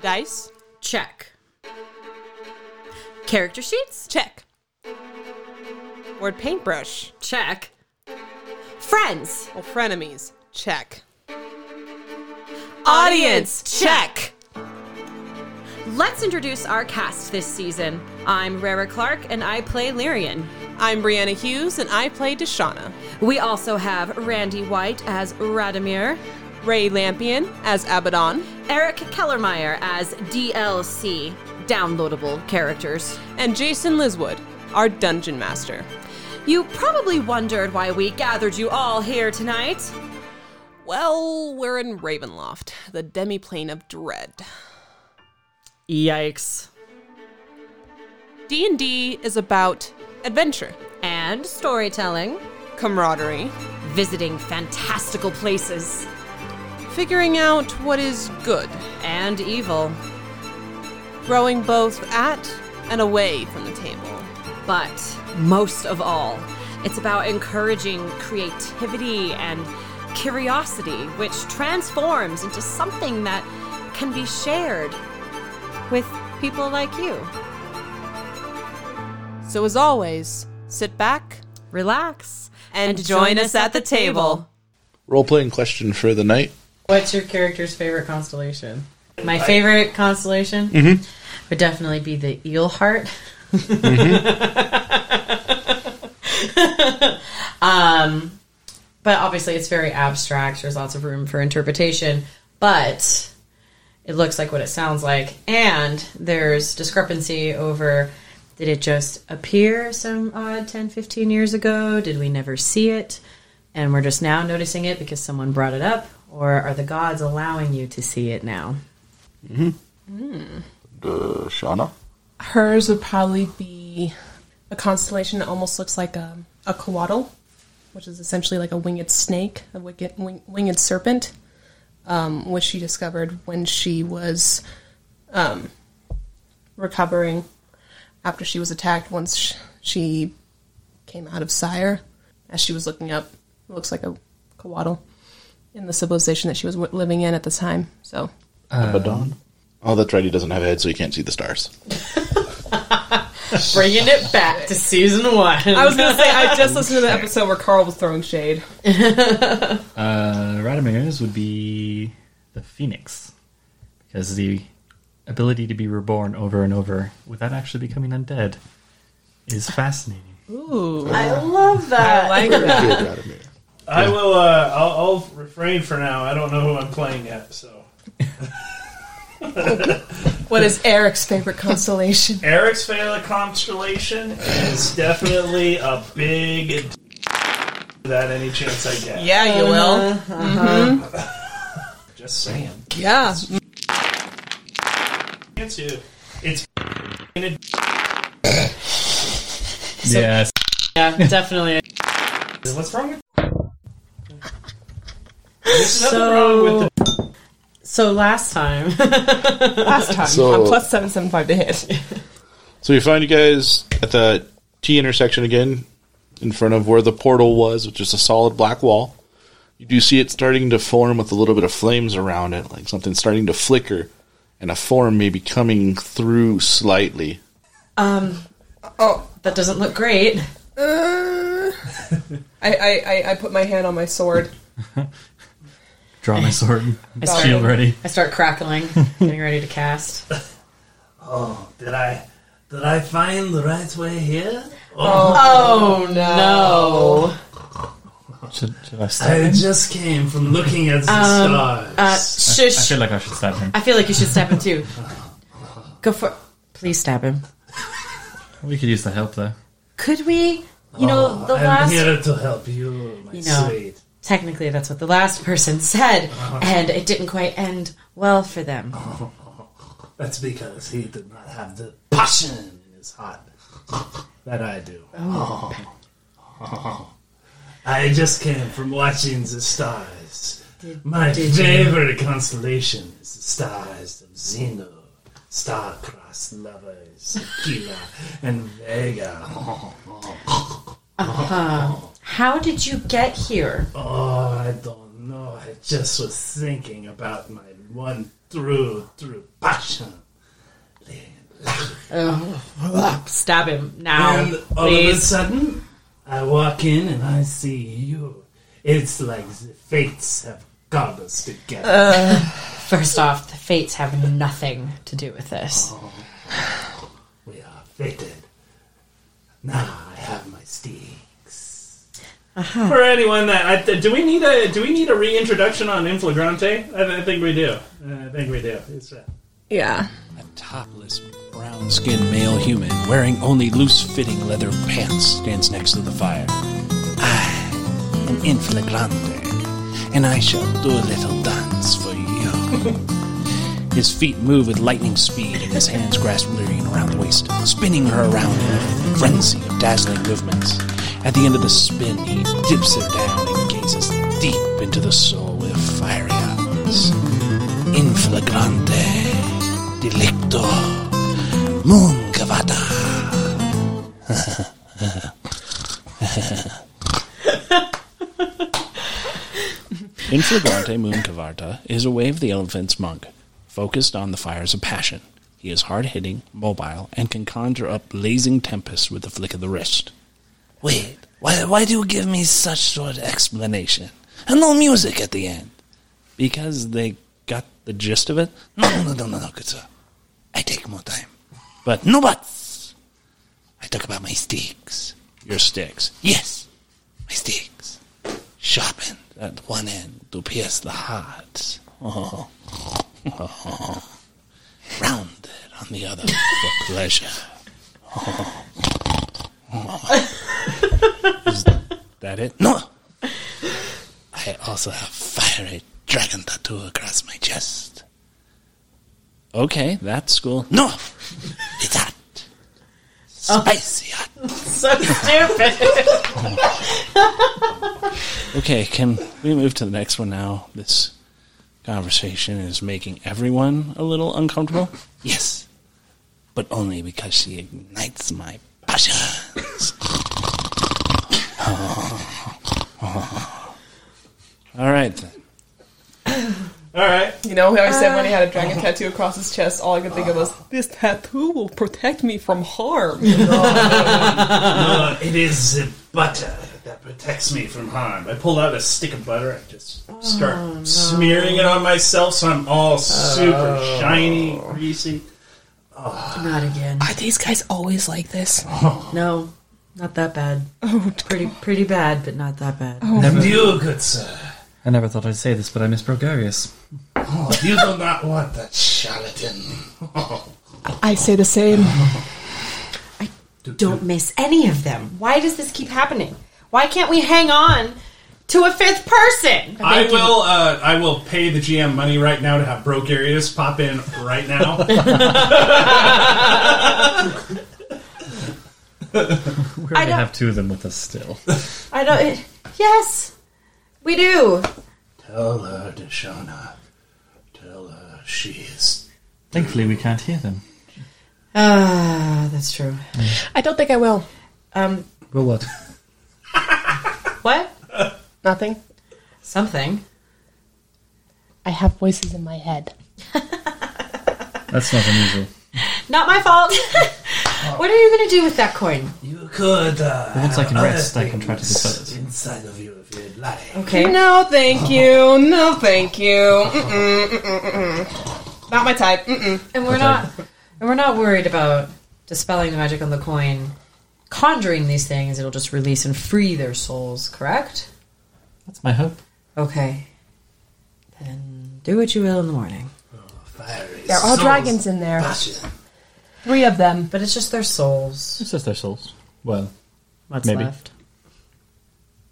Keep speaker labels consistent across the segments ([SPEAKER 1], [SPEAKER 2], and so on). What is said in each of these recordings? [SPEAKER 1] Dice?
[SPEAKER 2] Check. Character sheets?
[SPEAKER 1] Check. Word paintbrush?
[SPEAKER 2] Check. Friends.
[SPEAKER 1] Well, frenemies? Check.
[SPEAKER 2] Audience. Check. Let's introduce our cast this season. I'm Rara Clark and I play Lyrian.
[SPEAKER 1] I'm Brianna Hughes and I play Deshauna.
[SPEAKER 2] We also have Randy White as Radomir,
[SPEAKER 1] Ray Lampion as Abaddon,
[SPEAKER 2] Eric Kellermeyer as DLC, downloadable characters.
[SPEAKER 1] and Jason Liswood, our dungeon master.
[SPEAKER 2] You probably wondered why we gathered you all here tonight.
[SPEAKER 1] Well, we're in Ravenloft, the demiplane of dread.
[SPEAKER 2] Yikes.
[SPEAKER 1] D&D is about adventure,
[SPEAKER 2] And storytelling,
[SPEAKER 1] camaraderie,
[SPEAKER 2] visiting fantastical places,
[SPEAKER 1] figuring out what is good,
[SPEAKER 2] and evil.
[SPEAKER 1] growing both at and away from the table.
[SPEAKER 2] But most of all, it's about encouraging creativity and curiosity, which transforms into something that can be shared with people like you.
[SPEAKER 1] So as always, sit back
[SPEAKER 2] Relax
[SPEAKER 1] and, join us at the table.
[SPEAKER 3] Role playing question for the night.
[SPEAKER 4] What's your character's favorite constellation? My favorite constellation would definitely be the eel heart. um, but obviously, it's very abstract. There's lots of room for interpretation, but it looks like what it sounds like. And there's discrepancy over did it just appear some odd 10, 15 years ago? Did we never see it? And we're just now noticing it because someone brought it up? Or are the gods allowing you to see it now?
[SPEAKER 3] Uh, Shauna.
[SPEAKER 5] Hers would probably be a constellation that almost looks like a, a coatl, which is essentially like a winged snake, a wicked, wing, winged serpent, um, which she discovered when she was um, recovering after she was attacked once sh- she came out of Sire. As she was looking up, it looks like a coatl in the civilization that she was w- living in at the time. So
[SPEAKER 3] Abaddon. Oh, that's right. He doesn't have a head, so he can't see the stars.
[SPEAKER 4] Bringing it back to season one.
[SPEAKER 5] I was gonna say I just listened to the episode where Carl was throwing shade.
[SPEAKER 6] Uh, Radamir's would be the Phoenix, because the ability to be reborn over and over without actually becoming undead is fascinating.
[SPEAKER 4] I love that.
[SPEAKER 7] I will. Uh, I'll, I'll refrain for now. I don't know who I'm playing yet. So
[SPEAKER 5] What is Eric's favorite constellation?
[SPEAKER 7] Eric's favorite constellation is definitely a big. That any chance I get.
[SPEAKER 1] Yeah, you will.
[SPEAKER 7] Just saying.
[SPEAKER 1] Yeah.
[SPEAKER 7] It's you. It's in a
[SPEAKER 6] yes.
[SPEAKER 4] yeah, definitely.
[SPEAKER 7] What's wrong with There's nothing wrong with the
[SPEAKER 4] So last time,
[SPEAKER 5] Last time
[SPEAKER 3] So-
[SPEAKER 5] on plus seven seven five to hit.
[SPEAKER 3] So we find you guys at the T intersection again, in front of where the portal was, which is a solid black wall. You do see it starting to form with a little bit of flames around it, like something starting to flicker, and a form maybe coming through slightly.
[SPEAKER 4] that doesn't look great.
[SPEAKER 5] I, I, I, I put my hand on my sword.
[SPEAKER 6] Draw my sword. and
[SPEAKER 4] Sorry.
[SPEAKER 6] shield ready.
[SPEAKER 4] I start crackling, getting ready to cast.
[SPEAKER 7] Did I? Did I find the right way here?
[SPEAKER 4] Oh no!
[SPEAKER 6] Should, should I stab
[SPEAKER 7] I
[SPEAKER 6] him?
[SPEAKER 7] just came from looking at the stars.
[SPEAKER 4] Uh,
[SPEAKER 6] I
[SPEAKER 4] shush!
[SPEAKER 6] feel like I should stab him.
[SPEAKER 4] I feel like you should stab him too. Go for. Please stab him.
[SPEAKER 6] We could use the help though.
[SPEAKER 4] Could we? You
[SPEAKER 6] Oh,
[SPEAKER 4] know, the
[SPEAKER 7] I'm
[SPEAKER 4] last.
[SPEAKER 7] here to help you, my
[SPEAKER 4] You know.
[SPEAKER 7] sweet.
[SPEAKER 4] Technically, that's what the last person said, and it didn't quite end well for them.
[SPEAKER 7] That's because he did not have the passion in his heart that I do. Oh. I just came from watching the stars. My favorite constellation is the stars of Zeno, star-crossed lovers, Aquila, and Vega.
[SPEAKER 4] How did you get here?
[SPEAKER 7] Oh, I don't know. I just was thinking about my
[SPEAKER 1] one through through passion.
[SPEAKER 4] Stab him now,
[SPEAKER 1] And all of a
[SPEAKER 4] please.
[SPEAKER 1] sudden, I walk in and I see you. It's like the fates have got us together.
[SPEAKER 4] Uh. First off, the fates have nothing to do with this.
[SPEAKER 1] we are fated. Now I have my sticks.
[SPEAKER 8] For anyone that I, do we need a do we need a reintroduction on Inflagrante? I, I think we do. Uh, I think we do. It's, uh,
[SPEAKER 5] Yeah.
[SPEAKER 7] A topless, brown skinned male human wearing only loose fitting leather pants stands next to the fire. I am Inflagrante, and I shall do a little dance for you. his feet move with lightning speed, and his hands grasp Lyrian around the waist, spinning her around in a frenzy of dazzling movements. At the end of the spin, he dips her down and gazes deep into the soul with fiery eyes. Inflagrante delicto mungavata. Inflagrante mungavata is a way of the elephant's monk, focused on the fires of passion. He is hard hitting, mobile, and can conjure up blazing tempests with the flick of the wrist. Wait, why, why do you give me such short explanation? And no music at the end because they got the gist of it. No, no, no, no, no, good sir. I take more time. But no buts. I talk about my sticks. Your sticks. Yes, my sticks. Sharpened at one end to pierce the heart. Oh. Oh. Rounded on the other for pleasure. Oh. Oh. Is that it? No. I also have fiery dragon tattoo across my chest. Okay, that's cool. No, it's hot, spicy hot.
[SPEAKER 4] So stupid.
[SPEAKER 7] Okay, can we move to the next one now? This conversation is making everyone a little uncomfortable. Yes, but only because she ignites my passions. All right, then.
[SPEAKER 8] all right.
[SPEAKER 5] You know how I said when he had a dragon tattoo across his chest, all I could think of was, Uh, this tattoo will protect me from harm.
[SPEAKER 1] No, it is the butter that protects me from harm. I pull out a stick of butter and just start smearing it on myself so I'm all super shiny, greasy.
[SPEAKER 4] Not again.
[SPEAKER 5] Are these guys always like this?
[SPEAKER 4] No, not that bad. pretty, pretty bad, but not that bad.
[SPEAKER 1] And you, good sir,
[SPEAKER 6] I never thought I'd say this, but I miss Brogarius.
[SPEAKER 1] oh, you do not want that charlatan.
[SPEAKER 5] I say the same.
[SPEAKER 4] Don't miss any of them. Why does this keep happening? Why can't we hang on to a fifth person?
[SPEAKER 8] I will. Uh, I will pay the GM money right now to have Brogarius pop in right now.
[SPEAKER 6] We already
[SPEAKER 4] don't-
[SPEAKER 6] have two of them with us still.
[SPEAKER 4] I don't. It, yes, we do.
[SPEAKER 1] Tell her, Deshana. Tell her she is.
[SPEAKER 6] Thankfully, we can't hear them.
[SPEAKER 4] Ah, that's true.
[SPEAKER 5] I don't think I will.
[SPEAKER 4] Um,
[SPEAKER 6] Well, what?
[SPEAKER 4] what?
[SPEAKER 5] Nothing.
[SPEAKER 4] Something.
[SPEAKER 5] I have voices in my head.
[SPEAKER 6] That's not unusual.
[SPEAKER 4] Not my fault. what are you going to do with that coin?
[SPEAKER 1] You could. Uh,
[SPEAKER 6] Once I
[SPEAKER 1] have
[SPEAKER 6] can
[SPEAKER 1] other
[SPEAKER 6] rest, I can try to
[SPEAKER 1] things
[SPEAKER 6] decide this.
[SPEAKER 1] Inside of you, if you'd like.
[SPEAKER 4] Okay.
[SPEAKER 5] No, thank you. No, thank you. Mm-mm, mm-mm, mm-mm. Not my type. Mm-mm.
[SPEAKER 4] And we're not and we're not worried about dispelling the magic on the coin. Conjuring these things, it'll just release and free their souls, correct?
[SPEAKER 6] That's my hope.
[SPEAKER 4] Okay. Then do what you will in the morning.
[SPEAKER 1] Fiery
[SPEAKER 5] There are
[SPEAKER 1] souls,
[SPEAKER 5] dragons in there.
[SPEAKER 1] passion.
[SPEAKER 5] Three of them.
[SPEAKER 4] But it's just their souls.
[SPEAKER 6] It's just their souls. Well,
[SPEAKER 4] What's
[SPEAKER 6] Maybe.
[SPEAKER 4] left?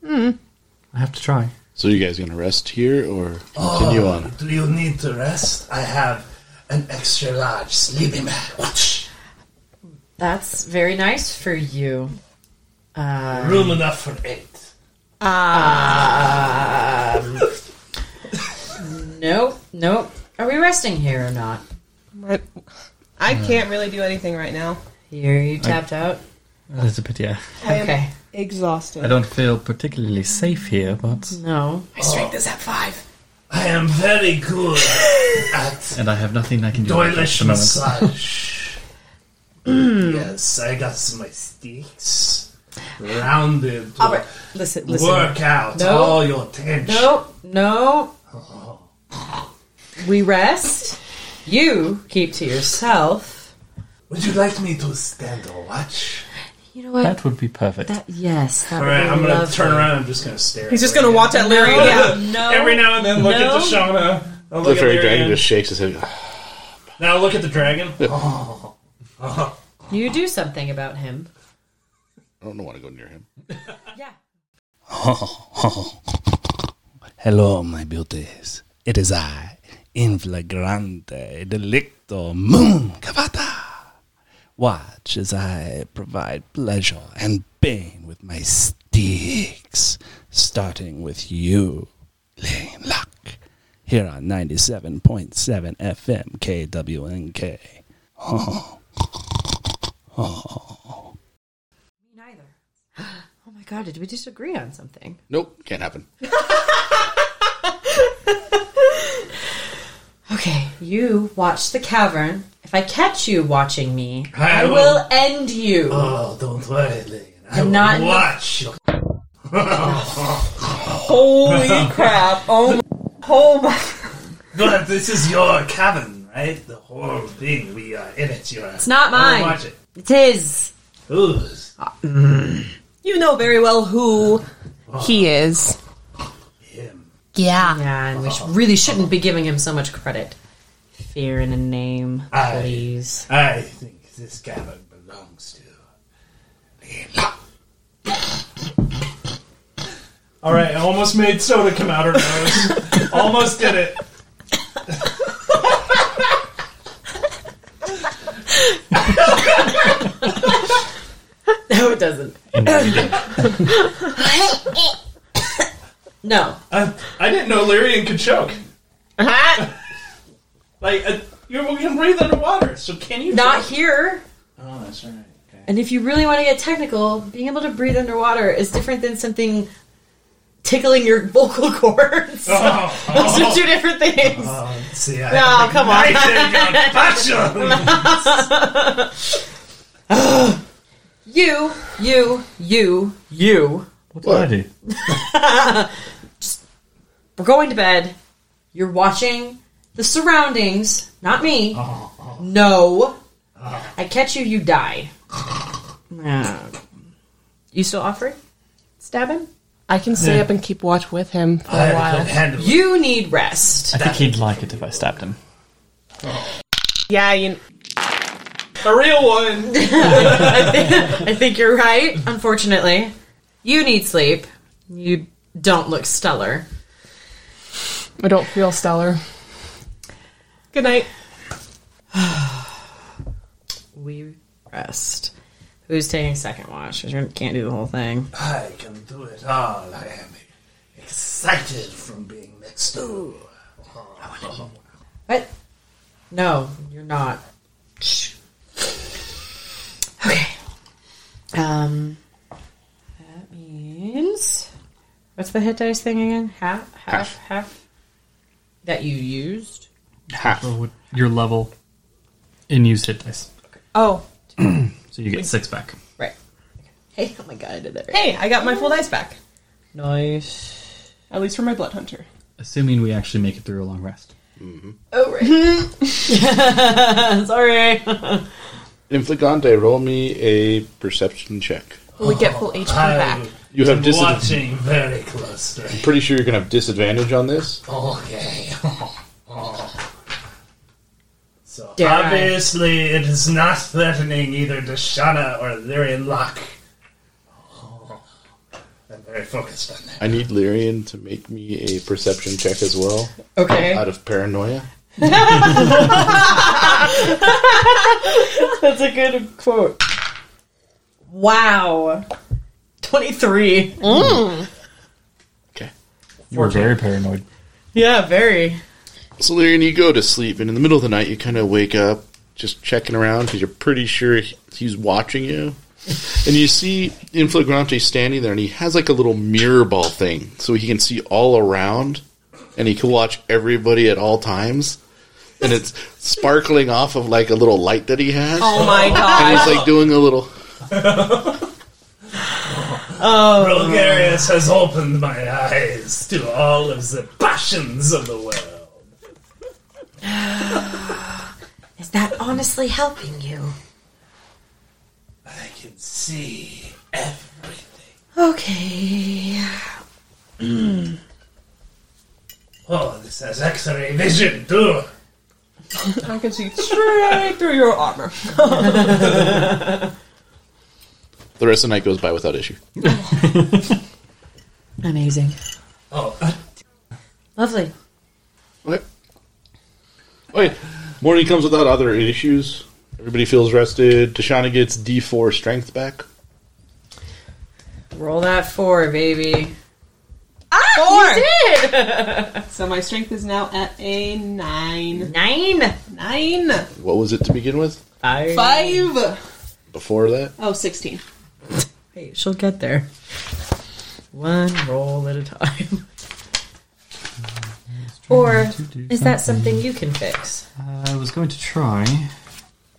[SPEAKER 6] I have to try.
[SPEAKER 3] So you guys gonna rest here or continue on?
[SPEAKER 1] Do you need to rest? I have an extra large sleeping bag. Whoosh.
[SPEAKER 4] That's very nice for you. Um,
[SPEAKER 1] Room enough for eight.
[SPEAKER 4] Nope, nope. Are we resting here or not?
[SPEAKER 5] I, I can't really do anything right now.
[SPEAKER 4] Here you tapped out.
[SPEAKER 6] That is a pity. I-
[SPEAKER 4] Okay.
[SPEAKER 6] I
[SPEAKER 5] Exhausted.
[SPEAKER 6] don't feel particularly safe here, but
[SPEAKER 4] No.
[SPEAKER 5] My strength is at five.
[SPEAKER 1] I am very good
[SPEAKER 6] and I have nothing I can do about it at
[SPEAKER 7] Doilish
[SPEAKER 6] the moment.
[SPEAKER 7] massage. Mm. yes, I got some my sticks. Rounded. to
[SPEAKER 4] Albert, listen, listen.
[SPEAKER 7] Work out
[SPEAKER 4] No.
[SPEAKER 7] all your tension.
[SPEAKER 4] Nope, no. We rest. You keep to yourself.
[SPEAKER 7] Would you like me to stand or watch?
[SPEAKER 4] You know what?
[SPEAKER 6] That would be perfect.
[SPEAKER 2] That, yes. That
[SPEAKER 8] All right, I'm gonna
[SPEAKER 2] lovely.
[SPEAKER 8] turn around. I'm just gonna stare.
[SPEAKER 5] He's just gonna watch at Larry.
[SPEAKER 2] Yeah,
[SPEAKER 5] Yeah.
[SPEAKER 2] no.
[SPEAKER 8] Every now and then, look
[SPEAKER 2] No.
[SPEAKER 8] at the Shauna. I'll
[SPEAKER 3] The
[SPEAKER 8] look at
[SPEAKER 3] fairy dragon
[SPEAKER 8] Lyrian.
[SPEAKER 3] just shakes his head.
[SPEAKER 8] Now look at the dragon.
[SPEAKER 4] You do something about him.
[SPEAKER 3] I don't want to go near him.
[SPEAKER 9] Hello, my beauties. It is I, in flagrante delicto, Moon Cavata. Watch as I provide pleasure and pain with my sticks, starting with you, Lane Luck, here on 97.7 FM KWNK. Oh.
[SPEAKER 4] Neither. Oh my god, did we disagree on something?
[SPEAKER 3] Nope, can't happen.
[SPEAKER 4] Okay, you watch the cavern. If I catch you watching me, I,
[SPEAKER 7] I
[SPEAKER 4] will,
[SPEAKER 7] will-
[SPEAKER 4] end you.
[SPEAKER 7] Oh, don't worry, Lane. I
[SPEAKER 4] I'm
[SPEAKER 7] will
[SPEAKER 4] not-
[SPEAKER 7] watch your
[SPEAKER 4] Holy crap. Oh my, oh my.
[SPEAKER 7] But this is your cabin, right? The whole thing. We are in it. You're
[SPEAKER 4] It's not mine.
[SPEAKER 7] Watch it.
[SPEAKER 4] It's his.
[SPEAKER 7] Who's?
[SPEAKER 1] You know very well who he is.
[SPEAKER 7] Him.
[SPEAKER 1] Yeah.
[SPEAKER 4] Yeah, and we sh- really shouldn't be giving him so much credit. Fear in a name,
[SPEAKER 7] Aye.
[SPEAKER 4] please.
[SPEAKER 7] I think this cabin belongs to.
[SPEAKER 8] All right, I almost made soda come out her nose. almost did it.
[SPEAKER 4] No, it doesn't. no.
[SPEAKER 8] I, Uh, I didn't know Lyrian could choke.
[SPEAKER 4] Uh-huh.
[SPEAKER 8] Like uh, you you can breathe underwater, so can you?
[SPEAKER 4] Not
[SPEAKER 8] choke?
[SPEAKER 4] here.
[SPEAKER 8] Oh, that's right. Okay.
[SPEAKER 4] And if you really want to get technical, being able to breathe underwater is different than something tickling your vocal cords.
[SPEAKER 8] Oh.
[SPEAKER 4] Those are two different things.
[SPEAKER 7] Oh, see, I
[SPEAKER 4] No, come on. You, you, you, you.
[SPEAKER 6] What did I do?
[SPEAKER 4] We're going to bed. You're watching the surroundings, not me. No. I catch you, you die. You still offering? Stab him?
[SPEAKER 5] I can stay up and keep watch with him for a while.
[SPEAKER 7] handle
[SPEAKER 4] You need rest.
[SPEAKER 6] I think he'd like it if I stabbed him.
[SPEAKER 5] Yeah, you.
[SPEAKER 8] A real one.
[SPEAKER 4] I think you're right, unfortunately. You need sleep. You don't look stellar.
[SPEAKER 5] I don't feel stellar. Good night.
[SPEAKER 4] We rest. Who's taking second watch? Because you can't do the whole thing.
[SPEAKER 7] I can do it all. I am excited from being next door.
[SPEAKER 4] What? No, you're not. Shh. Okay. Um, that means what's the hit dice thing again? Half, half, half.
[SPEAKER 3] Half.
[SPEAKER 4] That you used.
[SPEAKER 3] Half.
[SPEAKER 6] Or would your level in use hit dice,
[SPEAKER 5] Oh,
[SPEAKER 6] so you get six back.
[SPEAKER 4] Right. Hey, oh my god, I did that right.
[SPEAKER 5] hey, I got my full dice back.
[SPEAKER 4] Nice.
[SPEAKER 5] At least for my blood hunter.
[SPEAKER 6] Assuming we actually make it through a long rest.
[SPEAKER 4] Oh right. Sorry.
[SPEAKER 3] Infligante, roll me a perception check.
[SPEAKER 5] Will we get full HP back?
[SPEAKER 3] You have
[SPEAKER 7] I'm
[SPEAKER 3] disadvantage.
[SPEAKER 7] watching very closely.
[SPEAKER 3] Pretty sure you're gonna have disadvantage on this.
[SPEAKER 7] Okay. Oh. so
[SPEAKER 4] Dare I?
[SPEAKER 7] obviously, it is not threatening either Dashana or Lyrian Locke. Oh, I'm very focused on that.
[SPEAKER 3] I need Lyrian to make me a perception check as well,
[SPEAKER 4] Okay,
[SPEAKER 3] out of paranoia.
[SPEAKER 4] that's a good quote. Wow. Twenty three. Mm.
[SPEAKER 3] Okay.
[SPEAKER 6] You were very paranoid.
[SPEAKER 4] Yeah, very.
[SPEAKER 3] So Lyrian, you go to sleep, and in the middle of the night, you kind of wake up, just checking around because you're pretty sure he- he's watching you. And you see Inflagrante standing there, and he has like a little mirror ball thing, so he can see all around, and he can watch everybody at all times. and it's sparkling off of like a little light that he has.
[SPEAKER 2] Oh my god.
[SPEAKER 3] And he's like doing a little.
[SPEAKER 4] Oh.
[SPEAKER 7] Bulgarius has opened my eyes to all of the passions of the world.
[SPEAKER 4] Is that honestly helping you?
[SPEAKER 7] I can see everything. Hmm.
[SPEAKER 4] Okay.
[SPEAKER 7] Oh, this has X-ray vision too.
[SPEAKER 5] I can see straight through your armor.
[SPEAKER 3] The rest of the night goes by without issue.
[SPEAKER 4] Amazing.
[SPEAKER 7] Oh,
[SPEAKER 4] Lovely.
[SPEAKER 3] Okay. Okay. Morning comes without other issues. Everybody feels rested. Tashana gets D4 strength back.
[SPEAKER 4] Roll that four, baby.
[SPEAKER 5] Four. so my strength is now at a nine.
[SPEAKER 4] Nine.
[SPEAKER 5] Nine.
[SPEAKER 3] What was it to begin with?
[SPEAKER 5] Five.
[SPEAKER 3] Before that?
[SPEAKER 5] Oh, 16.
[SPEAKER 4] Wait, she'll get there. One roll at a time. Or is that something you can fix?
[SPEAKER 6] I was going to try.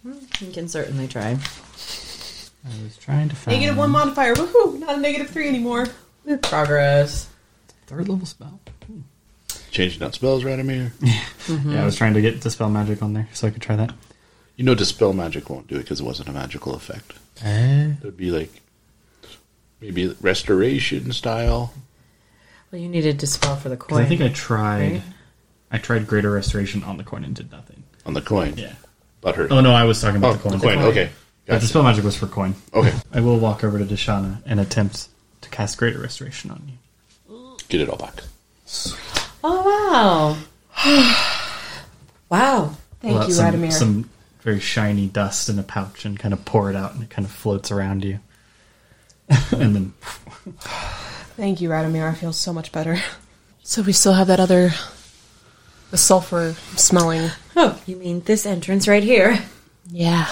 [SPEAKER 4] You can certainly try.
[SPEAKER 6] I was trying to find
[SPEAKER 5] Negative one modifier. Woohoo! Not a negative three anymore.
[SPEAKER 4] Progress.
[SPEAKER 6] third level spell. Hmm.
[SPEAKER 3] Changing out spells, Radomir.
[SPEAKER 6] Yeah, I was trying to get dispel magic on there so I could try that.
[SPEAKER 3] You know, dispel magic won't do it because it wasn't a magical effect.
[SPEAKER 6] Eh?
[SPEAKER 3] It would be like maybe restoration style.
[SPEAKER 4] Well, you needed to spell for the
[SPEAKER 6] 'Cause
[SPEAKER 4] coin.
[SPEAKER 6] I think I tried. I tried greater restoration on the coin and did nothing.
[SPEAKER 3] On the coin.
[SPEAKER 6] Yeah.
[SPEAKER 3] But her.
[SPEAKER 6] Oh no, I was talking about
[SPEAKER 3] Oh,
[SPEAKER 6] the coin.
[SPEAKER 3] Okay.
[SPEAKER 6] But the
[SPEAKER 3] Gotcha.
[SPEAKER 6] spell magic was for coin.
[SPEAKER 3] Okay.
[SPEAKER 6] I will walk over to Dashana and attempt to cast greater restoration on you.
[SPEAKER 3] Get it all back.
[SPEAKER 4] Oh wow! wow.
[SPEAKER 5] Thank
[SPEAKER 6] Pull out
[SPEAKER 5] you,
[SPEAKER 6] some,
[SPEAKER 5] Radomir.
[SPEAKER 6] Some very shiny dust in a pouch and kind of pour it out and it kind of floats around you. and then
[SPEAKER 5] Thank you, Radomir. I feel so much better. So we still have that other. the sulfur smelling.
[SPEAKER 4] Oh, you mean this entrance right here?
[SPEAKER 5] Yeah.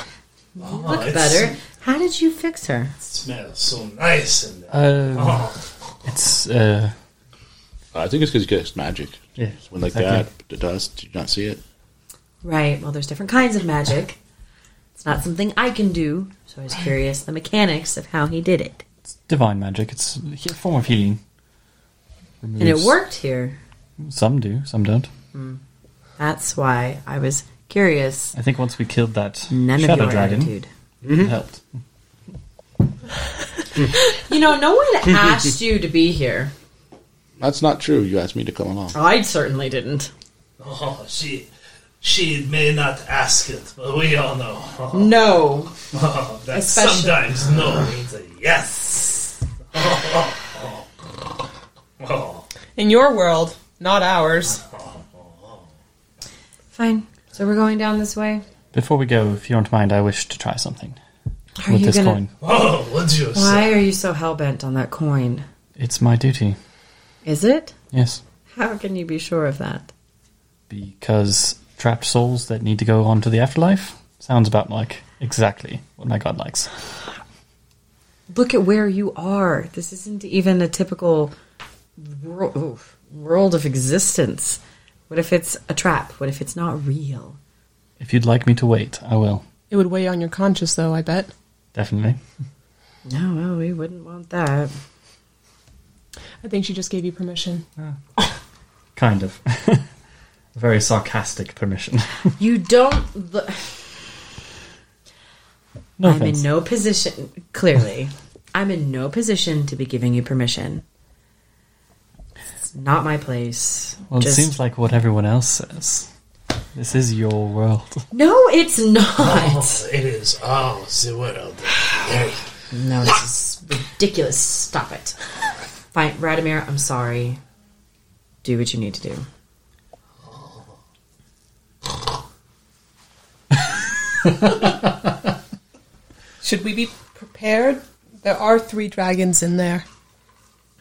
[SPEAKER 4] Look better. How did you fix her?
[SPEAKER 7] It Oh, smells so nice in there.
[SPEAKER 6] Uh,
[SPEAKER 3] Oh.
[SPEAKER 6] it's uh
[SPEAKER 3] I think it's because you guys magic.
[SPEAKER 6] yeah.
[SPEAKER 3] When like
[SPEAKER 6] Exactly.
[SPEAKER 3] that, the dust, did you not see it?
[SPEAKER 4] Right. Well, there's different kinds of magic. It's not something I can do, so I was curious the mechanics of how he did it,
[SPEAKER 6] It's divine magic. It's a he- form of healing.
[SPEAKER 4] and it
[SPEAKER 6] Removes-
[SPEAKER 4] worked here.
[SPEAKER 6] Some do, some don't.
[SPEAKER 4] That's why I was curious.
[SPEAKER 6] I think once we killed that
[SPEAKER 4] None
[SPEAKER 6] shadow
[SPEAKER 4] of your
[SPEAKER 6] dragon,
[SPEAKER 4] attitude.
[SPEAKER 6] it helped.
[SPEAKER 4] You know, no one asked you to be here.
[SPEAKER 3] That's not true. You asked me to come along.
[SPEAKER 4] I certainly didn't.
[SPEAKER 7] Oh, she, she may not ask it, but we all know oh,
[SPEAKER 4] No.
[SPEAKER 7] that
[SPEAKER 4] Especially-
[SPEAKER 7] sometimes no means a yes. Oh,
[SPEAKER 5] In your world, not ours.
[SPEAKER 4] Fine. So we're going down this way.
[SPEAKER 6] Before we go, if you don't mind, I wish to try something
[SPEAKER 4] Are
[SPEAKER 6] with
[SPEAKER 4] you
[SPEAKER 6] this
[SPEAKER 4] gonna?
[SPEAKER 6] coin.
[SPEAKER 7] oh, would you say?
[SPEAKER 4] Why are you so hell bent on that coin?
[SPEAKER 6] It's my duty.
[SPEAKER 4] Is it?
[SPEAKER 6] Yes,
[SPEAKER 4] How can you be sure of that?
[SPEAKER 6] because trapped souls that need to go on to the afterlife sounds about like exactly what my god likes.
[SPEAKER 4] Look at where you are. This isn't even a typical world, oof, world of existence. What if it's a trap? What if it's not real?
[SPEAKER 6] If you'd like me to wait, I will.
[SPEAKER 5] It would weigh on your conscience, though, I bet.
[SPEAKER 6] Definitely.
[SPEAKER 4] No, well, we wouldn't want that.
[SPEAKER 5] I think she just gave you permission.
[SPEAKER 6] Kind of. Very sarcastic permission.
[SPEAKER 4] You don't. Look,
[SPEAKER 6] No
[SPEAKER 4] I'm in
[SPEAKER 6] offense.
[SPEAKER 4] no position. Clearly, I'm in no position to be giving you permission. It's not my place.
[SPEAKER 6] well,
[SPEAKER 4] Just-
[SPEAKER 6] it seems like what everyone else says. This is your world.
[SPEAKER 4] no, it's not.
[SPEAKER 7] Oh, it is all the world.
[SPEAKER 4] No, this is ridiculous. Stop it. Fine, Radomir, I'm sorry. Do what you need to do.
[SPEAKER 5] Should we be prepared? There are three dragons in there.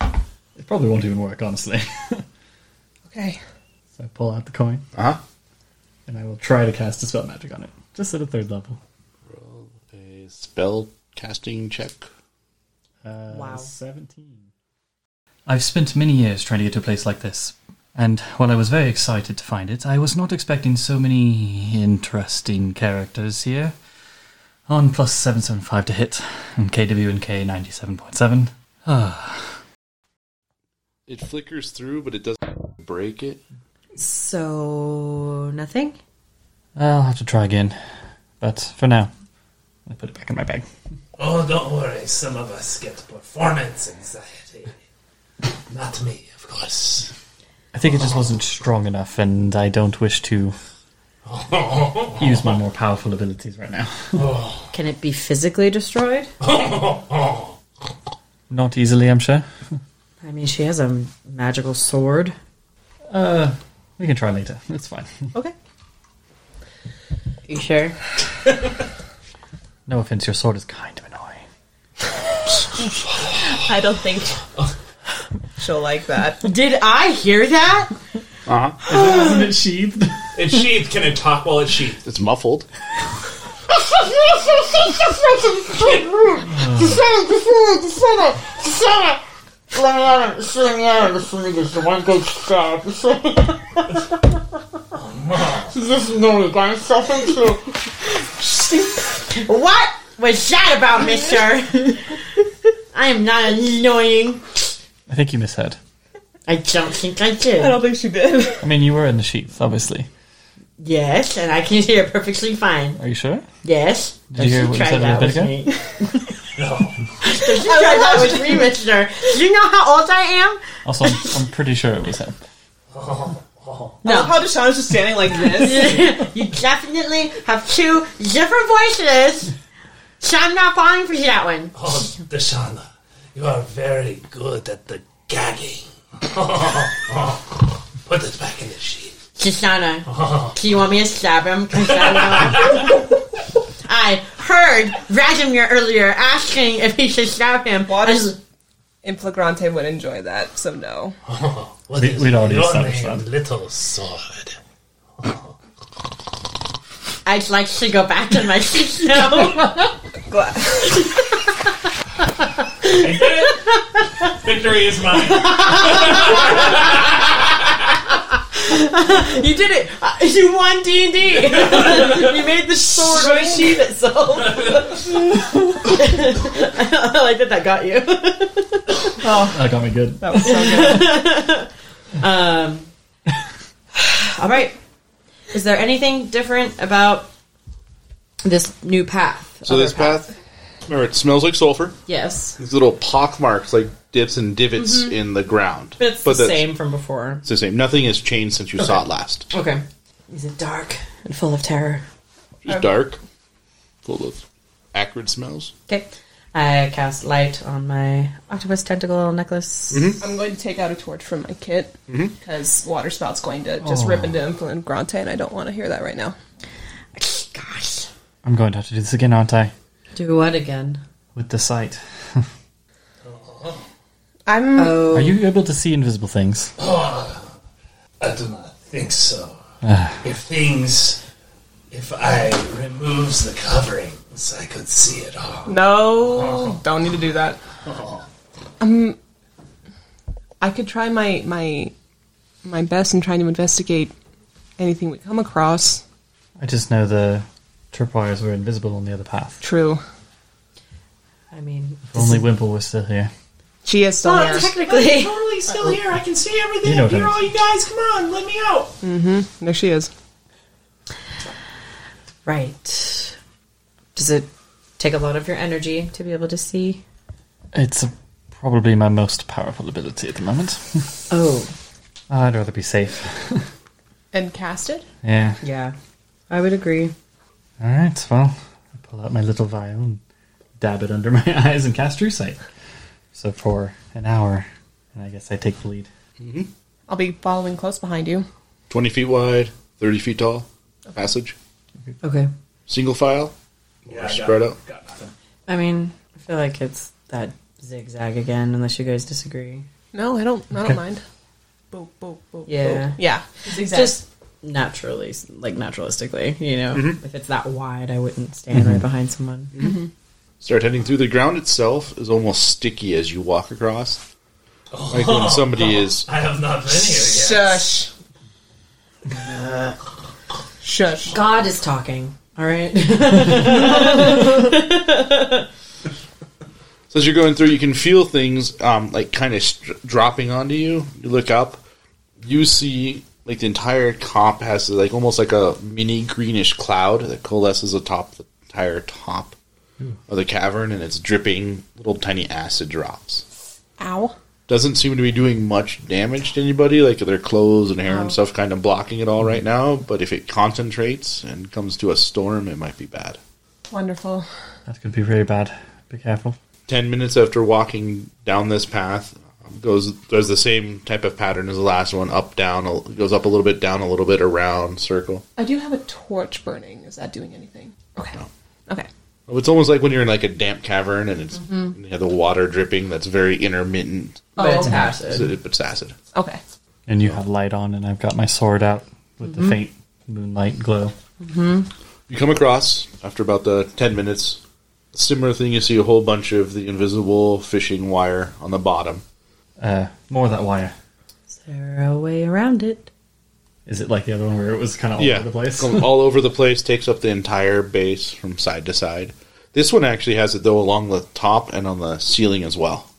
[SPEAKER 6] It probably won't even work, honestly.
[SPEAKER 5] Okay.
[SPEAKER 6] so I pull out the coin
[SPEAKER 3] Uh
[SPEAKER 4] Uh-huh.
[SPEAKER 3] huh.
[SPEAKER 6] and I will try to cast a spell magic on it. Just at a third level.
[SPEAKER 3] A spell casting check.
[SPEAKER 6] Uh,
[SPEAKER 4] Wow.
[SPEAKER 6] 17. I've spent many years trying to get to a place like this, And while I was very excited to find it, I was not expecting so many interesting characters here. On plus 775 to hit, and KW and K 97.7.
[SPEAKER 3] It flickers through, but it doesn't break it.
[SPEAKER 4] So nothing.
[SPEAKER 6] I'll have to try again. But for now, I put it back in my bag.
[SPEAKER 7] Oh, don't worry. Some of us get performance anxiety. Not me, of course.
[SPEAKER 6] I think it just wasn't strong enough, and I don't wish to use my more powerful abilities right now.
[SPEAKER 4] Can it be physically destroyed?
[SPEAKER 6] Not easily, I'm sure.
[SPEAKER 4] I mean, she has a magical sword.
[SPEAKER 6] Uh, we can try later. It's fine.
[SPEAKER 4] Okay. You sure?
[SPEAKER 6] No offense, your sword is kind of annoying.
[SPEAKER 5] I don't think she'll like that.
[SPEAKER 4] Did I hear that?
[SPEAKER 6] Isn't it sheathed?
[SPEAKER 8] It's sheathed. Can it talk while it's sheathed?
[SPEAKER 3] It's muffled.
[SPEAKER 4] What was that about, mister? I am not annoying.
[SPEAKER 6] I think you misheard.
[SPEAKER 4] I don't think I did.
[SPEAKER 5] I don't think she did.
[SPEAKER 6] I mean, you were in the sheath, obviously.
[SPEAKER 4] Yes, and I can hear perfectly fine.
[SPEAKER 6] Are you sure?
[SPEAKER 4] Yes.
[SPEAKER 6] Did you hear what you said a little bit ago?
[SPEAKER 4] Don't you try that with me, mister. Do you know how old I am?
[SPEAKER 6] Also, I'm, I'm pretty sure it was him.
[SPEAKER 5] No. How Deshaun's just standing like this.
[SPEAKER 4] You definitely have two different voices. So I'm not falling for that one.
[SPEAKER 7] Oh, Dashana, you are very good at the gagging. Put it back in the sheath.
[SPEAKER 4] Shoshana, do you want me to stab him? 'Cause I know- I heard Radomir earlier asking if he should stab him.
[SPEAKER 5] Waters Inflagrante would enjoy that, so no.
[SPEAKER 7] What
[SPEAKER 6] We-
[SPEAKER 7] is
[SPEAKER 6] we'd already
[SPEAKER 7] your
[SPEAKER 6] established
[SPEAKER 7] name,
[SPEAKER 6] that.
[SPEAKER 7] little sword?
[SPEAKER 4] I'd like to go back to my seat now.
[SPEAKER 5] Glad.
[SPEAKER 8] Victory is mine.
[SPEAKER 4] you did it. Uh, You won D&D. you made the sword unsheath itself. I like that that got you.
[SPEAKER 6] Oh, That got me good.
[SPEAKER 5] That was so good.
[SPEAKER 4] Um, all right. Is there anything different about this new path?
[SPEAKER 3] So
[SPEAKER 4] Other
[SPEAKER 3] this path, remember, it smells like sulfur.
[SPEAKER 4] Yes.
[SPEAKER 3] These little pock marks, like dips and divots in the ground.
[SPEAKER 4] But it's Mm-hmm. the
[SPEAKER 3] that's-
[SPEAKER 4] same from before.
[SPEAKER 3] It's the same. Nothing has changed since you saw it last.
[SPEAKER 4] Okay. Is it dark and full of terror?
[SPEAKER 3] Just dark, full of acrid smells.
[SPEAKER 4] Okay. I cast light on my octopus tentacle necklace.
[SPEAKER 5] I'm going to take out a torch from my kit
[SPEAKER 3] Mm-hmm.
[SPEAKER 5] because water spout's going to just
[SPEAKER 3] Oh.
[SPEAKER 5] rip into Inflagrante, and I don't want to hear that right now.
[SPEAKER 4] Gosh.
[SPEAKER 6] I'm going to have to do this again, aren't I?
[SPEAKER 4] Do what again?
[SPEAKER 6] With the sight.
[SPEAKER 5] I'm
[SPEAKER 4] Oh.
[SPEAKER 6] Are you able to see invisible things?
[SPEAKER 7] I do not think so. if things, if I removes the coverings, I could see it all.
[SPEAKER 5] no, don't need to do that. Um, I could try my my my best in trying to investigate anything we come across.
[SPEAKER 6] I just know the tripwires were invisible on the other path.
[SPEAKER 5] True,
[SPEAKER 4] I mean,
[SPEAKER 6] If only Wimple was still here.
[SPEAKER 5] she is still here.
[SPEAKER 4] Oh, technically,
[SPEAKER 8] totally still here. I can see everything.
[SPEAKER 6] You know
[SPEAKER 8] up here,
[SPEAKER 6] what I
[SPEAKER 8] all you guys. Come on, let me out.
[SPEAKER 5] There she is.
[SPEAKER 4] right. Does it take a lot of your energy to be able to see?
[SPEAKER 6] It's uh, probably my most powerful ability at the moment.
[SPEAKER 4] Oh,
[SPEAKER 6] I'd rather be safe.
[SPEAKER 5] And cast it.
[SPEAKER 6] Yeah.
[SPEAKER 4] yeah. I would agree.
[SPEAKER 6] All right. Well, I pull out my little vial and dab it under my eyes and cast True Sight. So for an hour, and I guess I take the lead.
[SPEAKER 5] I'll be following close behind you.
[SPEAKER 3] Twenty feet wide, thirty feet tall. Passage,
[SPEAKER 4] Okay.
[SPEAKER 3] single file,
[SPEAKER 8] Yeah, I
[SPEAKER 3] spread out.
[SPEAKER 8] got nothing.
[SPEAKER 4] I mean, I feel like it's that zigzag again, unless you guys disagree.
[SPEAKER 5] No, I don't. I
[SPEAKER 6] Okay.
[SPEAKER 5] don't mind. Boop, boop, boop.
[SPEAKER 4] Yeah.
[SPEAKER 5] boop. yeah.
[SPEAKER 4] Just naturally, like naturalistically, you know. If it's that wide, I wouldn't stand right behind someone.
[SPEAKER 3] Start heading through the ground itself is almost sticky as you walk across. Like when somebody is
[SPEAKER 7] I have not been here yet.
[SPEAKER 5] Shush. Shush.
[SPEAKER 4] God is talking. All right.
[SPEAKER 3] So as you're going through, you can feel things um, like kind of st- dropping onto you. You look up, you see like the entire top has like almost like a mini greenish cloud that coalesces atop the entire top of the cavern, and it's dripping little tiny acid drops.
[SPEAKER 5] Ow.
[SPEAKER 3] Doesn't seem to be doing much damage to anybody, like their clothes and hair and stuff, kind of blocking it all right now. But if it concentrates and comes to a storm, it might be bad.
[SPEAKER 5] Wonderful.
[SPEAKER 6] That could be very bad. Be careful.
[SPEAKER 3] 10 minutes after walking down this path um, goes does the same type of pattern as the last one up down a- goes up a little bit down a little bit around circle
[SPEAKER 5] I do have a torch burning. Is that doing anything? Okay. Okay.
[SPEAKER 3] it's almost like when you're in like a damp cavern and it's and you have the water dripping that's very intermittent
[SPEAKER 4] but it's
[SPEAKER 5] Oh.
[SPEAKER 3] It's-
[SPEAKER 4] acid.
[SPEAKER 3] it's acid
[SPEAKER 5] Okay.
[SPEAKER 6] And you have light on, and I've got my sword out with the faint moonlight glow.
[SPEAKER 3] you come across after about the 10 minutes similar thing you see a whole bunch of the invisible fishing wire on the bottom
[SPEAKER 6] Uh, more of that wire.
[SPEAKER 4] Is there a way around it?
[SPEAKER 6] Is it like the other one where it was kind of all
[SPEAKER 3] yeah,
[SPEAKER 6] over the place?
[SPEAKER 3] going all over the place, takes up the entire base from side to side. This one actually has it though along the top and on the ceiling as well.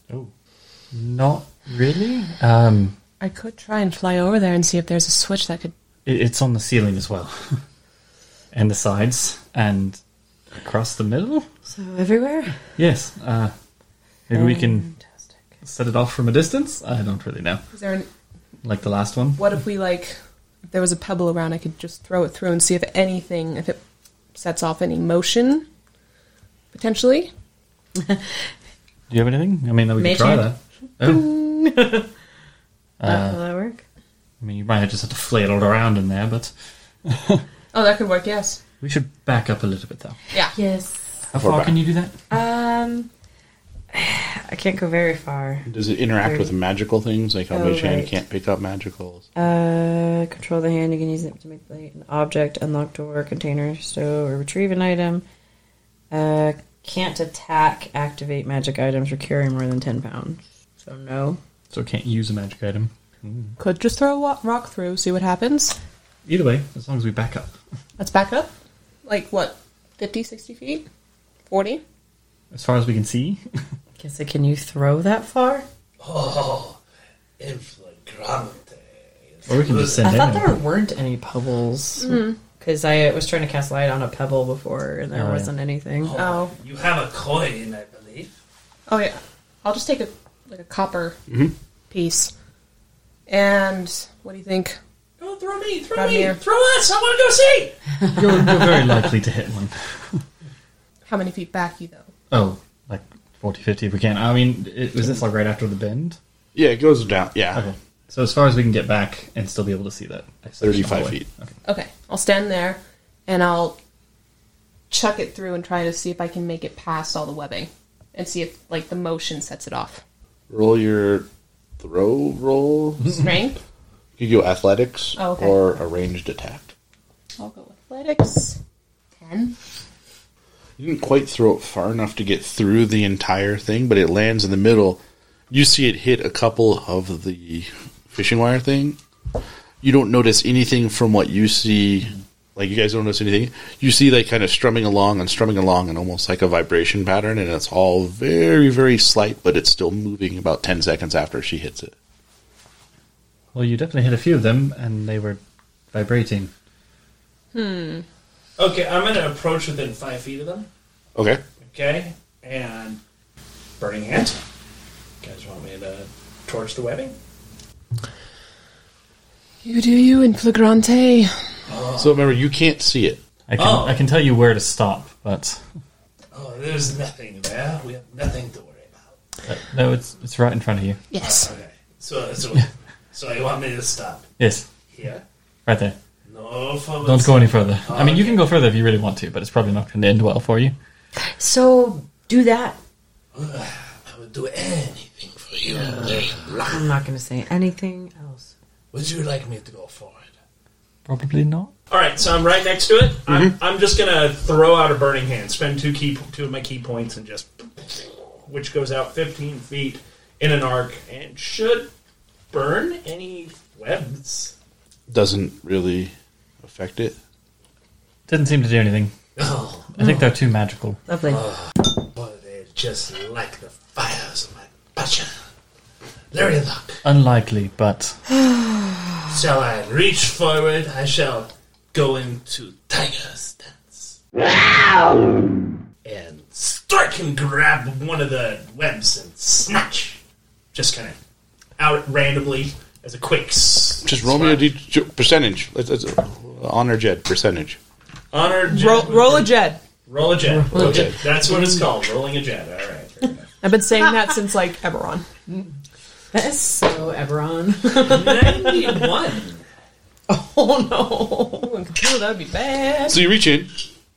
[SPEAKER 6] Not really. Um,
[SPEAKER 5] I could try and fly over there and see if there's a switch that could.
[SPEAKER 6] it, it's on the ceiling as well, and the sides, and across the middle.
[SPEAKER 4] So everywhere?
[SPEAKER 6] Yes. Uh, maybe we can set it off from a distance. I don't really know.
[SPEAKER 5] Is there an.
[SPEAKER 6] Like the last one.
[SPEAKER 5] What if we, like. If there was a pebble around, I could just throw it through and see if anything. If it sets off any motion, potentially.
[SPEAKER 6] Do you have anything? I mean, we
[SPEAKER 4] Mage
[SPEAKER 6] could try
[SPEAKER 4] hand?
[SPEAKER 6] that. Oh,
[SPEAKER 4] Uh, Will that work?
[SPEAKER 6] I mean, you might just have to flail it around in there, but
[SPEAKER 5] Oh, that could work, yes.
[SPEAKER 6] we should back up a little bit, though.
[SPEAKER 4] Yes.
[SPEAKER 6] How far
[SPEAKER 3] back.
[SPEAKER 6] can you do that?
[SPEAKER 4] Um, I can't go very far.
[SPEAKER 3] Does it interact with magical things like how
[SPEAKER 4] Oh,
[SPEAKER 3] Mage Hand
[SPEAKER 4] right.
[SPEAKER 3] can't pick up magicals?
[SPEAKER 4] Uh, control the hand. You can use it to manipulate an object, unlock door, container, stove, or retrieve an item. Uh, can't attack, activate magic items, or carry more than ten pounds. So no.
[SPEAKER 6] So it can't use a magic item.
[SPEAKER 5] Could just throw a wa- rock through, see what happens.
[SPEAKER 6] Either way, as long as we back up.
[SPEAKER 5] Let's back up. Like, what? 50, 60 feet? 40?
[SPEAKER 6] As far as we can see,
[SPEAKER 4] Guess it. Can you throw that far?
[SPEAKER 7] Oh, inflagrante.
[SPEAKER 6] or we can just send
[SPEAKER 4] I
[SPEAKER 6] it.
[SPEAKER 4] thought there weren't any pebbles because I was trying to cast light on a pebble before, and there
[SPEAKER 6] Oh, yeah.
[SPEAKER 4] wasn't anything.
[SPEAKER 5] Oh.
[SPEAKER 7] You have a coin, I believe.
[SPEAKER 5] Oh yeah, I'll just take a like a copper piece. And what do you think?
[SPEAKER 7] Go throw me, throw
[SPEAKER 5] Grab
[SPEAKER 7] me,
[SPEAKER 5] here.
[SPEAKER 7] throw us. I want to go see.
[SPEAKER 6] You're, you're very likely to hit one.
[SPEAKER 5] How many feet back you though?
[SPEAKER 6] Oh, like 40, 50 if we can. I mean, it, was this like right after the bend?
[SPEAKER 3] Yeah, it goes down. Yeah,
[SPEAKER 6] Okay. So as far as we can get back and still be able to see that. section all the
[SPEAKER 3] 35
[SPEAKER 6] way.
[SPEAKER 3] feet.
[SPEAKER 6] Okay.
[SPEAKER 5] Okay, I'll stand there and I'll chuck it through and try to see if I can make it past all the webbing and see if like the motion sets it off.
[SPEAKER 3] roll your throw roll.
[SPEAKER 5] Strength.
[SPEAKER 3] You go athletics
[SPEAKER 5] Oh, okay.
[SPEAKER 3] or a ranged attack.
[SPEAKER 5] I'll go athletics. Ten.
[SPEAKER 3] You didn't quite throw it far enough to get through the entire thing, but it lands in the middle. You see it hit a couple of the fishing wire thing. You don't notice anything from what you see. Like you guys don't notice anything. You see like kind of strumming along and strumming along and almost like a vibration pattern and it's all very, very slight, but it's still moving about ten seconds after she hits it.
[SPEAKER 6] Well, you definitely hit a few of them, and they were vibrating.
[SPEAKER 7] Okay, I'm going to approach within five feet of them.
[SPEAKER 3] Okay.
[SPEAKER 7] Okay, and burning hand. You guys want me to torch the webbing?
[SPEAKER 5] You do you in flagrante.
[SPEAKER 3] So remember you can't see it.
[SPEAKER 6] I can,
[SPEAKER 7] Oh.
[SPEAKER 6] I can tell you where to stop, but
[SPEAKER 7] Oh, there's nothing there. We have nothing to worry about.
[SPEAKER 6] no, it's it's right in front of you.
[SPEAKER 5] Yes.
[SPEAKER 7] Okay, so so so you want me to stop
[SPEAKER 6] Yes,
[SPEAKER 7] here?
[SPEAKER 6] right there.
[SPEAKER 7] No, forward
[SPEAKER 6] Don't go
[SPEAKER 7] step.
[SPEAKER 6] any further. I mean, you can go further if you really want to, but it's probably not going to end well for you.
[SPEAKER 4] So do that.
[SPEAKER 7] I would do anything for you.
[SPEAKER 4] I'm not going to say anything else.
[SPEAKER 7] Would you like me to go forward?
[SPEAKER 6] Probably not.
[SPEAKER 8] All right, so I'm right next to it. I'm,
[SPEAKER 6] Mm-hmm.
[SPEAKER 8] I'm just gonna throw out a burning hand, spend two key two of my key points, and just which goes out 15 feet
[SPEAKER 7] in an arc and should burn any webs.
[SPEAKER 3] Doesn't really affect it.
[SPEAKER 6] Doesn't seem to do anything.
[SPEAKER 7] Oh,
[SPEAKER 6] I think they're too magical.
[SPEAKER 2] Lovely.
[SPEAKER 7] boy, they're just like the fires of my butcher. Larry Luck,
[SPEAKER 6] Unlikely, but
[SPEAKER 7] shall I reach forward? I shall go into tiger's dance. And strike and grab one of the webs and snatch. Just kind of out randomly as a quick. s-
[SPEAKER 3] Just roll me a D- j- percentage. Let's, let's honor Jed percentage.
[SPEAKER 7] Honor jet.
[SPEAKER 5] Roll, roll a Jed.
[SPEAKER 7] Roll a jet. Okay, that's what it's called. Rolling a jet. All right. fair enough.
[SPEAKER 5] I've been saying that since like Eberron.
[SPEAKER 4] That is so Eberron.
[SPEAKER 7] Ninety-one.
[SPEAKER 5] Oh no, Oh, that'd be bad.
[SPEAKER 3] So you reach in.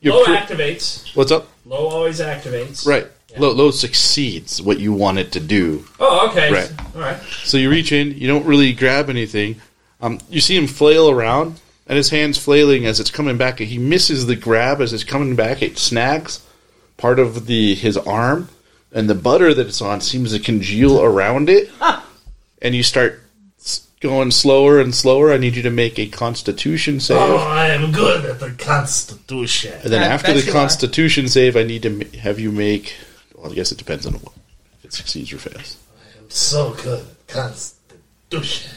[SPEAKER 3] You
[SPEAKER 7] Low
[SPEAKER 3] appro-
[SPEAKER 7] activates.
[SPEAKER 3] What's up?
[SPEAKER 7] Low always activates.
[SPEAKER 3] Right. Low, low succeeds what you want it to do.
[SPEAKER 7] Oh, okay.
[SPEAKER 3] Right.
[SPEAKER 7] All right.
[SPEAKER 3] So you reach in. You don't really grab anything. Um, you see him flail around, and his hands flailing as it's coming back. He misses the grab as it's coming back. It snags part of the his arm, and the butter that it's on seems to congeal around it. And you start s- going slower and slower. I need you to make a Constitution save.
[SPEAKER 7] Oh, I am good at the Constitution.
[SPEAKER 3] And then
[SPEAKER 5] I
[SPEAKER 3] after
[SPEAKER 5] bet
[SPEAKER 3] the
[SPEAKER 5] you
[SPEAKER 3] Constitution save, I need to ma- have you make. Well, I guess it depends on what, if it succeeds or fails.
[SPEAKER 7] I'm so good at Constitution.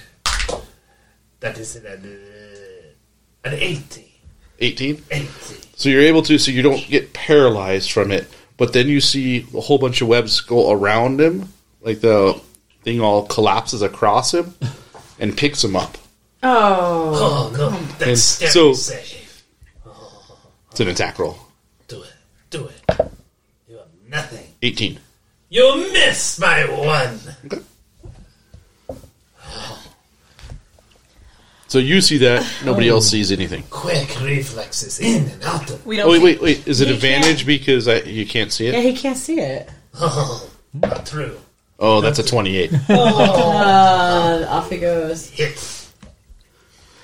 [SPEAKER 7] That is an, uh, an 80.
[SPEAKER 3] Eighteen.
[SPEAKER 7] 80.
[SPEAKER 3] So you're able to, so you don't get paralyzed from it. But then you see a whole bunch of webs go around him, like the thing all collapses across him, and picks him up.
[SPEAKER 4] Oh.
[SPEAKER 7] Oh, no.
[SPEAKER 3] And
[SPEAKER 7] That's scary
[SPEAKER 3] so-
[SPEAKER 7] save.
[SPEAKER 3] It's an attack roll.
[SPEAKER 7] Do it. Do it. You have nothing.
[SPEAKER 3] Eighteen.
[SPEAKER 7] You missed my one.
[SPEAKER 3] So you see that nobody else sees anything.
[SPEAKER 7] Quick reflexes in and out
[SPEAKER 5] Oh.
[SPEAKER 7] of.
[SPEAKER 5] We
[SPEAKER 3] Oh
[SPEAKER 5] don't.
[SPEAKER 3] wait, wait, wait! Is it advantage because I, you can't see
[SPEAKER 4] Yeah,
[SPEAKER 3] it?
[SPEAKER 4] he can't see it.
[SPEAKER 7] Oh, not true.
[SPEAKER 3] Oh, that's a twenty-eight.
[SPEAKER 4] Uh, off he goes.
[SPEAKER 7] Hit.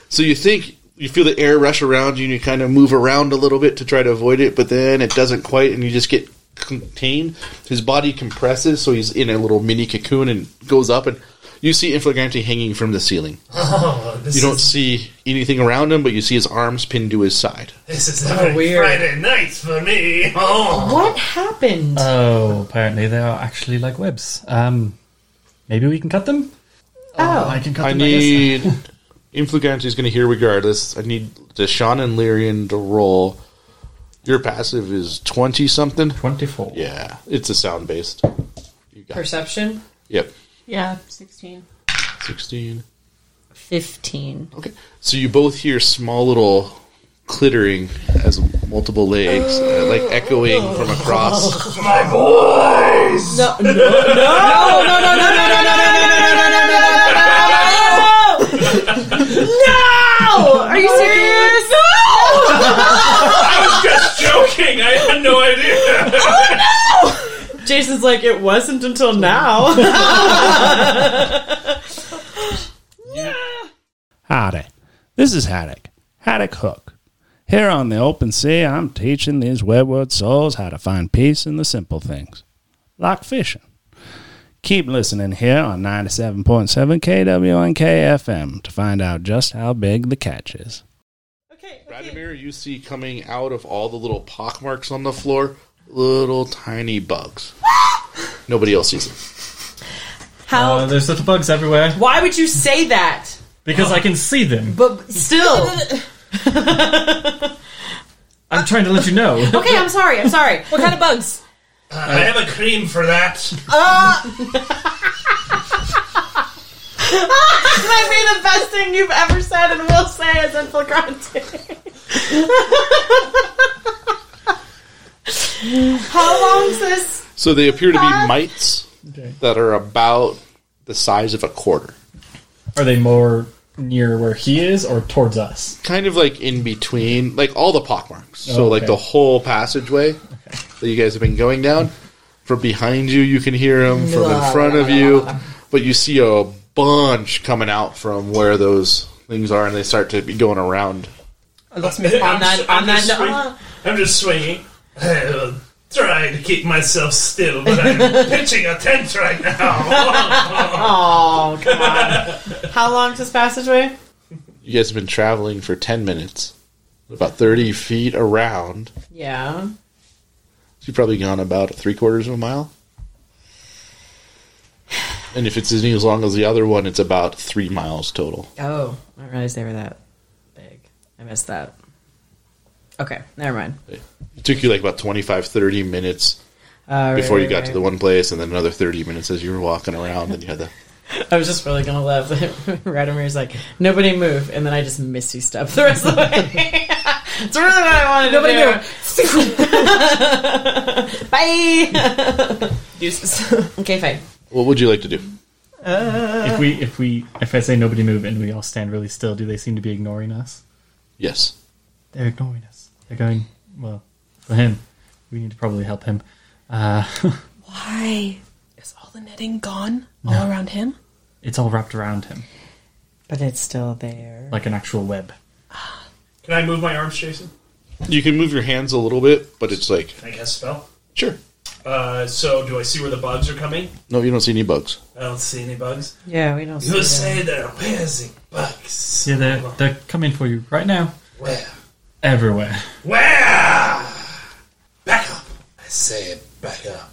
[SPEAKER 3] So you think you feel the air rush around you, and you kind of move around a little bit to try to avoid it, but then it doesn't quite, and you just get contained. His body compresses, so he's in a little mini cocoon and goes up, and you see Inflagrante hanging from the ceiling.
[SPEAKER 7] Oh, this
[SPEAKER 3] You don't
[SPEAKER 7] is,
[SPEAKER 3] see anything around him, but you see his arms pinned to his side.
[SPEAKER 7] this is every
[SPEAKER 4] weird.
[SPEAKER 7] Friday night for me. Oh,
[SPEAKER 4] What happened?
[SPEAKER 6] oh, apparently they are actually like webs. Um, maybe we can cut them. Oh, I can cut
[SPEAKER 3] I
[SPEAKER 6] them. guess.
[SPEAKER 3] need. Inflagrante's is going to hear regardless. I need Deshaun and Lyrian to roll. Your passive is 20 something?
[SPEAKER 6] twenty-four.
[SPEAKER 3] Yeah, it's a sound based. You got it.
[SPEAKER 4] Perception?
[SPEAKER 3] Yep.
[SPEAKER 5] Yeah, sixteen.
[SPEAKER 3] 16.
[SPEAKER 4] 15.
[SPEAKER 3] Okay. So you both hear small little clittering as multiple legs, uh,
[SPEAKER 5] Oh.
[SPEAKER 3] like echoing from across.
[SPEAKER 7] my boys!
[SPEAKER 4] No, no, no, no, no, no, no, no, no, no, no, no, no, no, no, no, no, no, no, no, no, no! Are you serious?
[SPEAKER 7] I was just joking. I had no idea.
[SPEAKER 4] Jason's like, it wasn't until now.
[SPEAKER 10] Howdy. This is Haddock, Haddock Hook. Here on the open sea, I'm teaching these webward souls how to find peace in the simple things, like fishing. Keep listening here on 97.7 KWNK FM to find out just how big the catch is.
[SPEAKER 3] Radimir, you see coming out of all the little pockmarks on the floor, little tiny bugs. Nobody else sees them.
[SPEAKER 6] Uh, there's little bugs everywhere
[SPEAKER 4] Why would you say that?
[SPEAKER 6] because I can see them.
[SPEAKER 4] But still.
[SPEAKER 6] I'm trying to let you know.
[SPEAKER 4] Okay, I'm sorry, I'm sorry.
[SPEAKER 2] What kind of bugs?
[SPEAKER 7] I have a cream for that.
[SPEAKER 4] Might be the best thing you've ever said and will say is in flagrante. How long's this?
[SPEAKER 3] So they appear to be mites that are about the size of a quarter.
[SPEAKER 6] Are they more near where he is or towards us?
[SPEAKER 3] Kind of like in between, like all the pockmarks. So,
[SPEAKER 6] Oh,
[SPEAKER 3] like
[SPEAKER 6] okay.
[SPEAKER 3] the whole passageway that you guys have been going down. From behind you, you can hear them. From in front of you, but you see a bunch coming out from where those things are, and they start to be going around.
[SPEAKER 5] Let's make.
[SPEAKER 4] On that, uh-huh. on that,
[SPEAKER 7] I'm just swinging. Uh,
[SPEAKER 11] Trying to keep myself still, but I'm pitching a tent right now.
[SPEAKER 4] Oh, come on. How long does passageway?
[SPEAKER 3] You guys have been traveling for 10 minutes, about 30 feet around.
[SPEAKER 4] Yeah.
[SPEAKER 3] So you've probably gone about three quarters of a mile. And if it's any as long as the other one, it's about three miles total.
[SPEAKER 4] Oh, I realized they were that big. I missed that. Okay, never mind.
[SPEAKER 3] It took you like about 25, 30 minutes
[SPEAKER 4] Uh,
[SPEAKER 3] before you got to the one place, and then another 30 minutes as you were walking around, and you had the.
[SPEAKER 4] I was just really gonna laugh. Radamir's like, nobody move, and then I just missy step the rest of the way. it's really what I wanted
[SPEAKER 12] Nobody
[SPEAKER 4] to do. Nobody move. Bye.
[SPEAKER 12] Deuces.
[SPEAKER 4] Okay, fine.
[SPEAKER 3] What would you like to do?
[SPEAKER 4] Uh,
[SPEAKER 6] If we, if we, if I say nobody move and we all stand really still, do they seem to be ignoring us?
[SPEAKER 3] Yes.
[SPEAKER 6] They're ignoring us. They're going well for him. We need to probably help him. Uh,
[SPEAKER 13] Why? Is all the netting gone all around him?
[SPEAKER 6] it's all wrapped around him
[SPEAKER 4] But it's still there.
[SPEAKER 6] like an actual web.
[SPEAKER 7] Can I move my arms, Jason?
[SPEAKER 3] You can move your hands a little bit, but it's like,
[SPEAKER 7] Can I cast a spell?
[SPEAKER 3] sure.
[SPEAKER 7] Uh, so do I see where the bugs are coming?
[SPEAKER 3] No, you don't see any bugs.
[SPEAKER 7] I don't see any bugs.
[SPEAKER 4] Yeah, we don't.
[SPEAKER 11] you
[SPEAKER 4] see that.
[SPEAKER 11] say they're whizzing bugs.
[SPEAKER 6] Yeah, they're they're coming for you right now.
[SPEAKER 11] Where?
[SPEAKER 6] Everywhere.
[SPEAKER 11] Where? Back up. I say back up.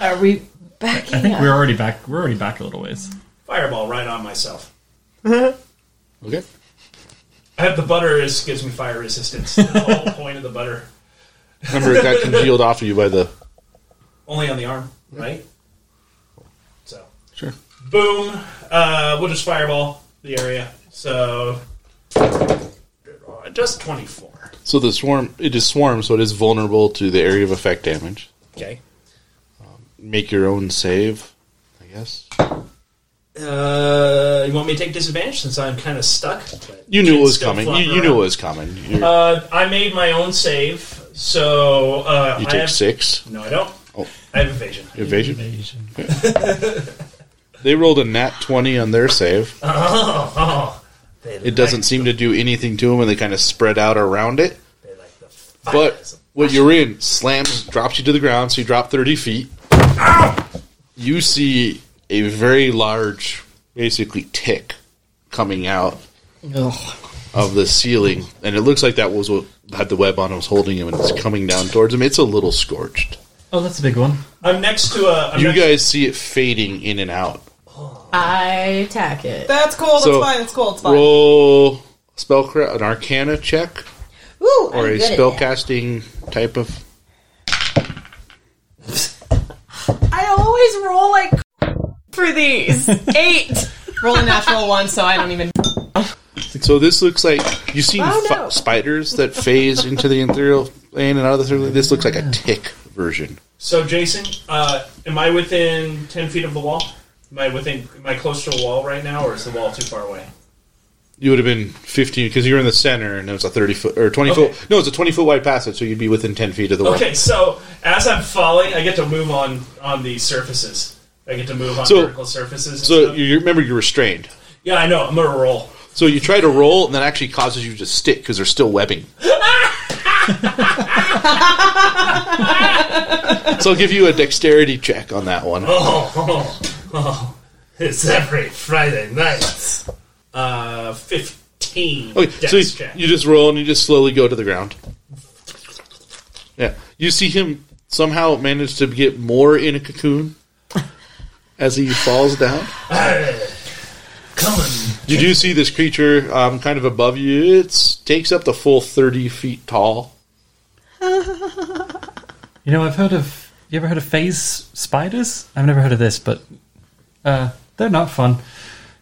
[SPEAKER 4] Are we backing
[SPEAKER 6] I think
[SPEAKER 4] up?
[SPEAKER 6] we're already back. We're already back a little ways.
[SPEAKER 7] Fireball right on myself.
[SPEAKER 3] Okay.
[SPEAKER 7] I have the butter is gives me fire resistance. the whole point of the butter,
[SPEAKER 3] Remember, it got congealed off of you by the.
[SPEAKER 7] only on the arm, right? So
[SPEAKER 3] Sure.
[SPEAKER 7] boom. Uh, we'll just fireball the area. So just twenty four.
[SPEAKER 3] So the swarm, it is swarm, so it is vulnerable to the area of effect damage.
[SPEAKER 7] Okay.
[SPEAKER 3] Make your own save, I guess.
[SPEAKER 7] Uh, you want me to take disadvantage since I'm kind of stuck? But
[SPEAKER 3] You knew it
[SPEAKER 7] can
[SPEAKER 3] was
[SPEAKER 7] still
[SPEAKER 3] coming.
[SPEAKER 7] flop
[SPEAKER 3] You, you
[SPEAKER 7] around.
[SPEAKER 3] knew it was coming. You're-
[SPEAKER 7] Uh, I made my own save, so uh,
[SPEAKER 3] you
[SPEAKER 7] I
[SPEAKER 3] take
[SPEAKER 7] have,
[SPEAKER 3] six
[SPEAKER 7] No, I don't.
[SPEAKER 3] Oh.
[SPEAKER 7] I have evasion.
[SPEAKER 3] evasion. They rolled a nat twenty on their save.
[SPEAKER 11] Oh, oh. They
[SPEAKER 3] It doesn't seem to do anything to them, and they kind of spread out around it.
[SPEAKER 11] Like, they like the
[SPEAKER 3] But what you're in slams, drops you to the ground, so you drop 30 feet. You see a very large, basically tick coming out of the ceiling, and it looks like that was what had the web on it was holding him, and it's coming down towards him. It's a little scorched.
[SPEAKER 6] Oh, that's a big one.
[SPEAKER 7] I'm next to a. I'm
[SPEAKER 3] You
[SPEAKER 7] next-
[SPEAKER 3] guys see it fading in and out.
[SPEAKER 4] I attack it.
[SPEAKER 5] That's cool. That's
[SPEAKER 3] So,
[SPEAKER 5] fine. That's cool. It's fine.
[SPEAKER 3] Roll spellcraft, an Arcana check,
[SPEAKER 5] Ooh,
[SPEAKER 3] or a
[SPEAKER 5] I'm good at that.
[SPEAKER 3] spellcasting type of.
[SPEAKER 4] I always roll like for these eight.
[SPEAKER 13] Roll a natural one, so I don't even.
[SPEAKER 3] So this looks like you've seen
[SPEAKER 4] Oh,
[SPEAKER 3] fi-
[SPEAKER 4] no.
[SPEAKER 3] spiders that phase into the ethereal plane and out of the ethereal. This looks like a tick version.
[SPEAKER 7] So, Jason, uh, am I within ten feet of the wall? Am I within? Am I close to a wall right now, or is the wall too far away?
[SPEAKER 3] You would have been fifteen because you were in the center, and it was a thirty foot or twenty
[SPEAKER 7] Okay.
[SPEAKER 3] foot. No, it's a twenty foot wide passage, so you'd be within ten feet of the wall.
[SPEAKER 7] Okay, so as I'm falling, I get to move on on the surfaces. I get to move on
[SPEAKER 3] So-
[SPEAKER 7] vertical surfaces. and
[SPEAKER 3] So
[SPEAKER 7] stuff.
[SPEAKER 3] you you- remember you're restrained.
[SPEAKER 7] yeah, I know. I'm gonna roll.
[SPEAKER 3] So you try to roll, and that actually causes you to stick because they're still webbing. so I'll give you a dexterity check on that one.
[SPEAKER 11] Oh, oh, oh. It's every Friday night.
[SPEAKER 7] Uh, Fifteen.
[SPEAKER 3] Okay,
[SPEAKER 7] dex
[SPEAKER 3] so you,
[SPEAKER 7] check.
[SPEAKER 3] you just roll and you just slowly go to the ground. Yeah, you see him somehow manage to get more in a cocoon as he falls down.
[SPEAKER 11] Come on.
[SPEAKER 3] You do see this creature um, kind of above you. It takes up the full thirty feet tall.
[SPEAKER 6] You know, I've heard of. You ever heard of phase spiders? I've never heard of this, but uh, they're not fun.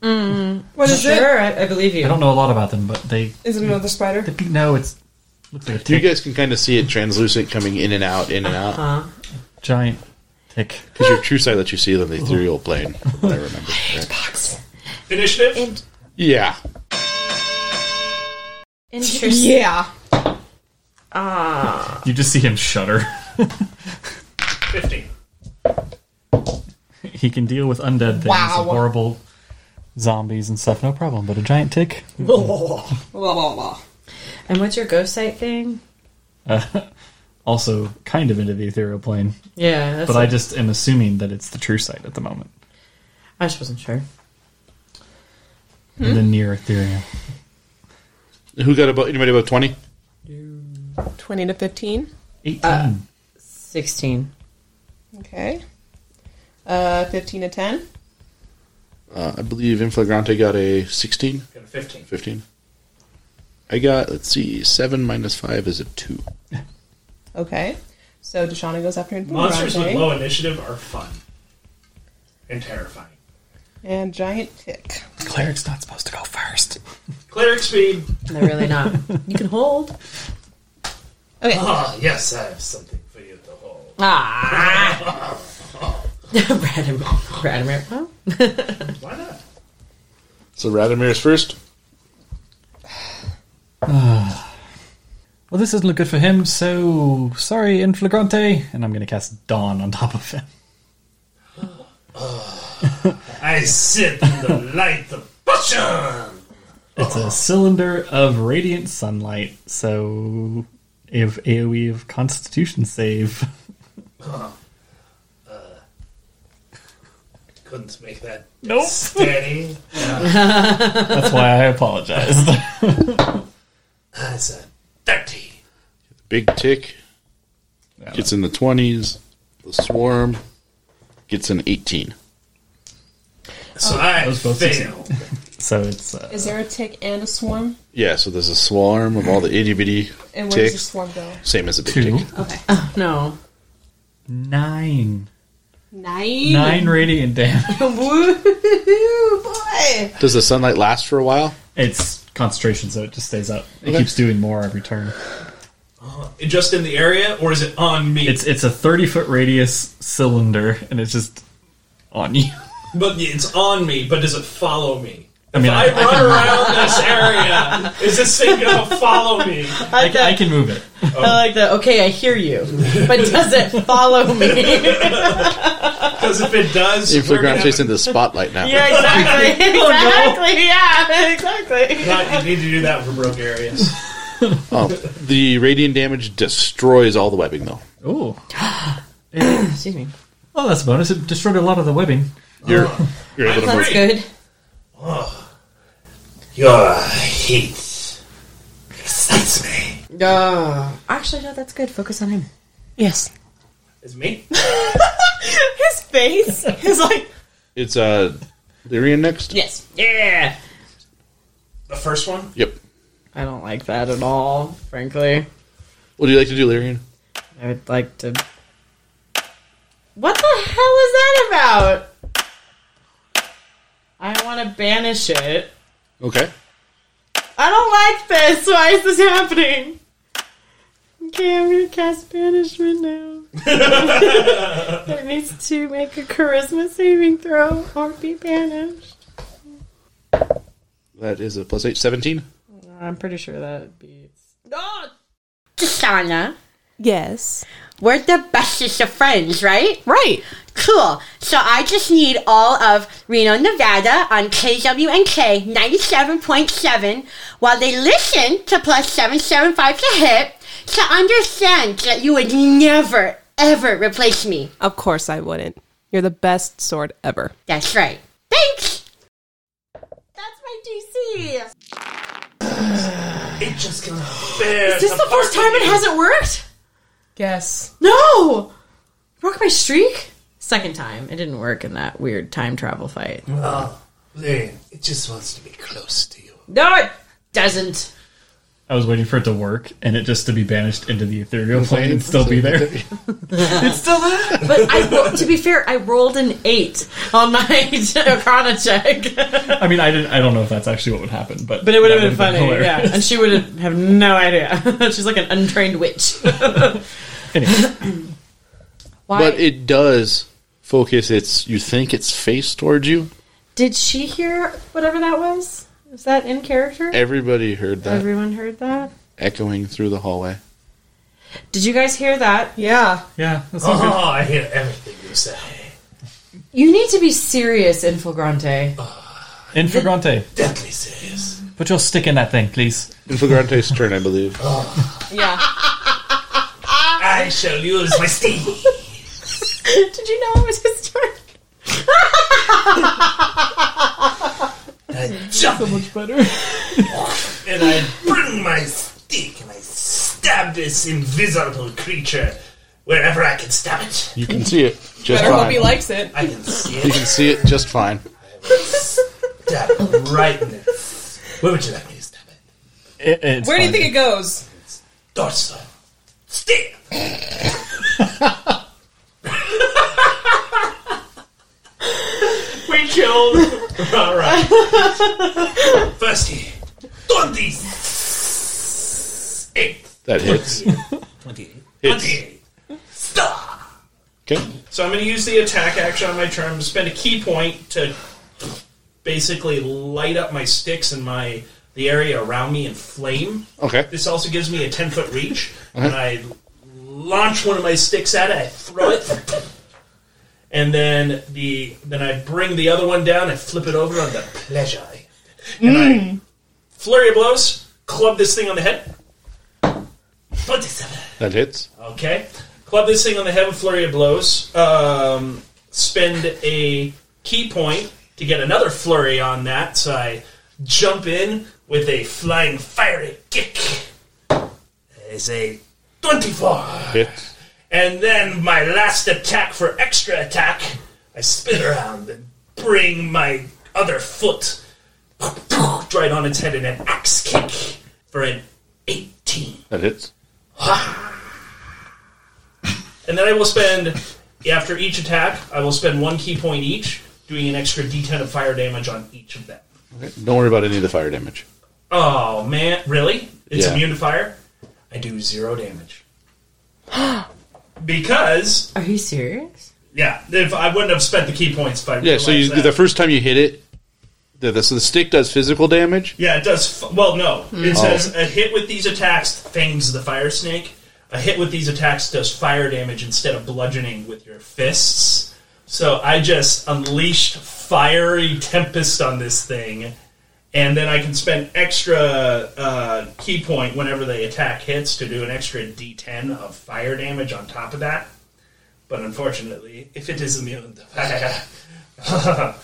[SPEAKER 5] What is it?
[SPEAKER 4] Sure, I, I believe
[SPEAKER 6] I
[SPEAKER 4] you.
[SPEAKER 6] don't know a lot about them, but they.
[SPEAKER 5] Is it another spider?
[SPEAKER 6] they no, it's looks like a
[SPEAKER 3] You
[SPEAKER 6] tick,
[SPEAKER 3] guys can kind of see it translucent coming in and out, in and out.
[SPEAKER 6] giant tick.
[SPEAKER 3] Because your true sight lets you see it on the ethereal plane. if I remember. correct.
[SPEAKER 7] Initiative.
[SPEAKER 3] Yeah.
[SPEAKER 4] Interesting.
[SPEAKER 5] Yeah.
[SPEAKER 6] You just see him shudder.
[SPEAKER 7] Fifteen.
[SPEAKER 6] He can deal with undead things,
[SPEAKER 5] Wow.
[SPEAKER 6] horrible zombies and stuff, no problem. But a giant tick,
[SPEAKER 5] Blah, blah, blah.
[SPEAKER 4] And what's your ghost sight thing?
[SPEAKER 6] Uh, also, kind of into the ethereal plane.
[SPEAKER 4] Yeah, that's
[SPEAKER 6] but I
[SPEAKER 4] what-
[SPEAKER 6] just am assuming that it's the true sight at the moment,
[SPEAKER 4] I just wasn't sure.
[SPEAKER 6] the near ethereal.
[SPEAKER 3] Who got above anybody above twenty?
[SPEAKER 5] 20 to 15.
[SPEAKER 6] 18.
[SPEAKER 4] 16.
[SPEAKER 5] Okay. Uh, 15 to 10.
[SPEAKER 3] Uh, I believe Inflagrante got a sixteen.
[SPEAKER 8] Got a 15.
[SPEAKER 3] Fifteen. I got let's see, seven minus five is a two.
[SPEAKER 5] Okay. So Deshauna goes after
[SPEAKER 8] Monsters with
[SPEAKER 5] Inflagrante.
[SPEAKER 8] low initiative are fun and terrifying.
[SPEAKER 5] And Giant Tick.
[SPEAKER 6] Cleric's not supposed to go first.
[SPEAKER 8] Cleric speed.
[SPEAKER 4] They're really not. you can hold.
[SPEAKER 5] Okay.
[SPEAKER 7] Ah, yes, I have something for you to hold.
[SPEAKER 4] Ah. Radimir. Radimir. Well,
[SPEAKER 8] Why not?
[SPEAKER 3] So Radamir's first.
[SPEAKER 6] Well, this doesn't look good for him, so sorry, Inflagrante. And I'm going to cast Dawn on top of him.
[SPEAKER 7] I sit in the light of passion.
[SPEAKER 6] It's
[SPEAKER 8] Oh.
[SPEAKER 6] a cylinder of radiant sunlight, so if AoE of Constitution save.
[SPEAKER 7] Couldn't make that
[SPEAKER 6] Nope.
[SPEAKER 7] steady.
[SPEAKER 6] That's why I apologized.
[SPEAKER 7] That's a 30.
[SPEAKER 3] Big tick. Gets in the twenties. The swarm gets an eighteen.
[SPEAKER 7] So I
[SPEAKER 6] Those both
[SPEAKER 7] failed.
[SPEAKER 6] so it's uh,
[SPEAKER 5] Is there a tick and a swarm?
[SPEAKER 3] Yeah, so there's a swarm of all the itty bitty
[SPEAKER 5] And where does the
[SPEAKER 3] ticks.
[SPEAKER 5] swarm go?
[SPEAKER 3] Same as a big
[SPEAKER 6] two,
[SPEAKER 3] tick.
[SPEAKER 4] no.
[SPEAKER 6] nine,
[SPEAKER 2] Nine.
[SPEAKER 6] nine radiant damage.
[SPEAKER 4] Woo boy.
[SPEAKER 3] Does the sunlight last for a while?
[SPEAKER 6] It's concentration, so it just stays up. It
[SPEAKER 3] Okay.
[SPEAKER 6] keeps doing more every turn.
[SPEAKER 8] Just in the area, or is it on me?
[SPEAKER 6] It's it's a thirty foot radius cylinder, and it's just on you.
[SPEAKER 8] But it's on me, but does it follow me?
[SPEAKER 6] I mean,
[SPEAKER 8] If I
[SPEAKER 6] I, I,
[SPEAKER 8] run around this area, is this thing gonna follow me?
[SPEAKER 4] I,
[SPEAKER 6] I, I can move it.
[SPEAKER 4] like that. Okay, I hear you. But does it follow me?
[SPEAKER 8] Because if it does, we're gonna
[SPEAKER 3] Inflagrante's in the spotlight now.
[SPEAKER 4] Yeah, exactly. exactly. Yeah, exactly.
[SPEAKER 8] have- you need to do that for broke areas.
[SPEAKER 3] Oh, the radiant damage destroys all the webbing though.
[SPEAKER 6] Ooh,
[SPEAKER 4] Excuse me.
[SPEAKER 6] oh, that's a bonus. It destroyed a lot of the webbing.
[SPEAKER 3] You're you're able to
[SPEAKER 4] Oh. That's good.
[SPEAKER 3] move.
[SPEAKER 7] Your heat excites me.
[SPEAKER 4] Uh, Actually, no, that's good. Focus on him.
[SPEAKER 5] Yes.
[SPEAKER 8] Is me?
[SPEAKER 4] His face is like,
[SPEAKER 3] It's uh Lyrian next?
[SPEAKER 4] yes, yeah.
[SPEAKER 8] The first one?
[SPEAKER 3] Yep.
[SPEAKER 4] I don't like that at all, frankly.
[SPEAKER 3] What do you like to do, Lyrian?
[SPEAKER 4] I would like to. What the hell is that about? I want to banish it.
[SPEAKER 3] Okay.
[SPEAKER 4] I don't like this. Why is this happening? Okay, I'm gonna cast banishment now. it needs to make a charisma saving throw or be banished.
[SPEAKER 3] That is a plus eight, 17.
[SPEAKER 4] I'm pretty sure that beats. No! Tishana,
[SPEAKER 1] Yes.
[SPEAKER 4] we're the bestest of friends, right?
[SPEAKER 1] Right.
[SPEAKER 4] Cool. So I just need all of Reno, Nevada on KWNK 97.7 while they listen to plus 775 to hit to understand that you would never, ever replace me.
[SPEAKER 1] Of course I wouldn't. You're the best sword ever.
[SPEAKER 4] That's right. Thanks! That's my DC!
[SPEAKER 7] It just gonna bear.
[SPEAKER 4] Is this the first time it hasn't worked?
[SPEAKER 5] Yes.
[SPEAKER 4] No! Rock my streak? Second time. It didn't work in that weird time travel fight.
[SPEAKER 7] Lane, it just wants to be close to you.
[SPEAKER 4] No, it doesn't.
[SPEAKER 6] I was waiting for it to work and it just to be banished into the ethereal plane and still be there.
[SPEAKER 4] But I, ro- to be fair, I rolled an eight on my Arcana check.
[SPEAKER 6] I mean, I didn't. I don't know if that's actually what would happen, but
[SPEAKER 4] But it would have
[SPEAKER 6] that
[SPEAKER 4] been funny,
[SPEAKER 6] hilarious.
[SPEAKER 4] yeah. And she would have have no idea. She's like an untrained witch.
[SPEAKER 6] Anyway,
[SPEAKER 4] Why
[SPEAKER 3] But it does focus its, you think its face towards you?
[SPEAKER 4] did she hear whatever that was? Is that in character?
[SPEAKER 3] Everybody heard that
[SPEAKER 4] Everyone heard that.
[SPEAKER 3] echoing through the hallway.
[SPEAKER 4] Did you guys hear that?
[SPEAKER 5] Yeah.
[SPEAKER 6] yeah, that's all
[SPEAKER 7] Oh,
[SPEAKER 6] good.
[SPEAKER 7] I hear everything you say.
[SPEAKER 4] You need to be serious, Inflagrante.
[SPEAKER 6] Infragrante,
[SPEAKER 7] Deadly serious.
[SPEAKER 6] put Put your stick in that thing, please.
[SPEAKER 3] Inflagrante's turn, I believe.
[SPEAKER 8] Yeah.
[SPEAKER 14] I shall use my steam.
[SPEAKER 8] Did you know it was his turn?
[SPEAKER 14] Jump so much better. and I bring my stick and I stab this invisible creature wherever I can stab it.
[SPEAKER 3] You can see it just
[SPEAKER 5] Better
[SPEAKER 3] fine.
[SPEAKER 5] hope he likes it.
[SPEAKER 14] I can see
[SPEAKER 3] You can
[SPEAKER 14] it.
[SPEAKER 3] see it just fine.
[SPEAKER 14] stab it right in this. Where would you like me to stab it?
[SPEAKER 5] Where do you think it goes?
[SPEAKER 14] Dorsal. Stick.
[SPEAKER 7] We killed. All right.
[SPEAKER 14] Firstly, 28.
[SPEAKER 3] That hits.
[SPEAKER 14] 28.
[SPEAKER 3] Hits.
[SPEAKER 14] 28. Star.
[SPEAKER 3] Okay.
[SPEAKER 7] So I'm going to use the attack action on my turn. I'm going to spend a key point to basically light up my sticks and my the area around me in flame.
[SPEAKER 3] Okay.
[SPEAKER 7] This also gives me a 10 foot reach. And I launch one of my sticks at it, I throw it. And then the then I bring the other one down and flip it over on the pleasure. And I flurry of blows, club this thing on the head.
[SPEAKER 14] 27.
[SPEAKER 3] That hits.
[SPEAKER 7] Okay. Club this thing on the head with flurry of blows. Um, spend a key point to get another flurry on that, so I jump in with a flying fiery kick.
[SPEAKER 14] Is a 24.
[SPEAKER 3] Hits.
[SPEAKER 7] And then my last
[SPEAKER 14] attack for extra attack, I spin around and bring my other foot
[SPEAKER 7] right on its head in an axe kick for an 18.
[SPEAKER 3] That hits.
[SPEAKER 7] And then I will spend, after each attack, I will spend one key point each, doing an extra d10 of fire damage on each of them.
[SPEAKER 3] Don't worry about any of the fire damage.
[SPEAKER 7] Oh, man. Really? It's
[SPEAKER 3] Yeah.
[SPEAKER 7] immune to fire? I do zero damage. because,
[SPEAKER 8] Are you serious?
[SPEAKER 7] yeah, if I wouldn't have spent the key points if I
[SPEAKER 3] Yeah, so you,
[SPEAKER 7] realized that.
[SPEAKER 3] the first time you hit it, the, the, so the stick does physical damage.
[SPEAKER 7] Yeah, it does. F- well, no. It says a hit with these attacks fangs the fire snake. A hit with these attacks does fire damage instead of bludgeoning with your fists. So I just unleashed fiery tempest on this thing, and then I can spend extra uh, key point whenever the attack hits to do an extra D10 of fire damage on top of that. But unfortunately, if it is immune to fire, uh,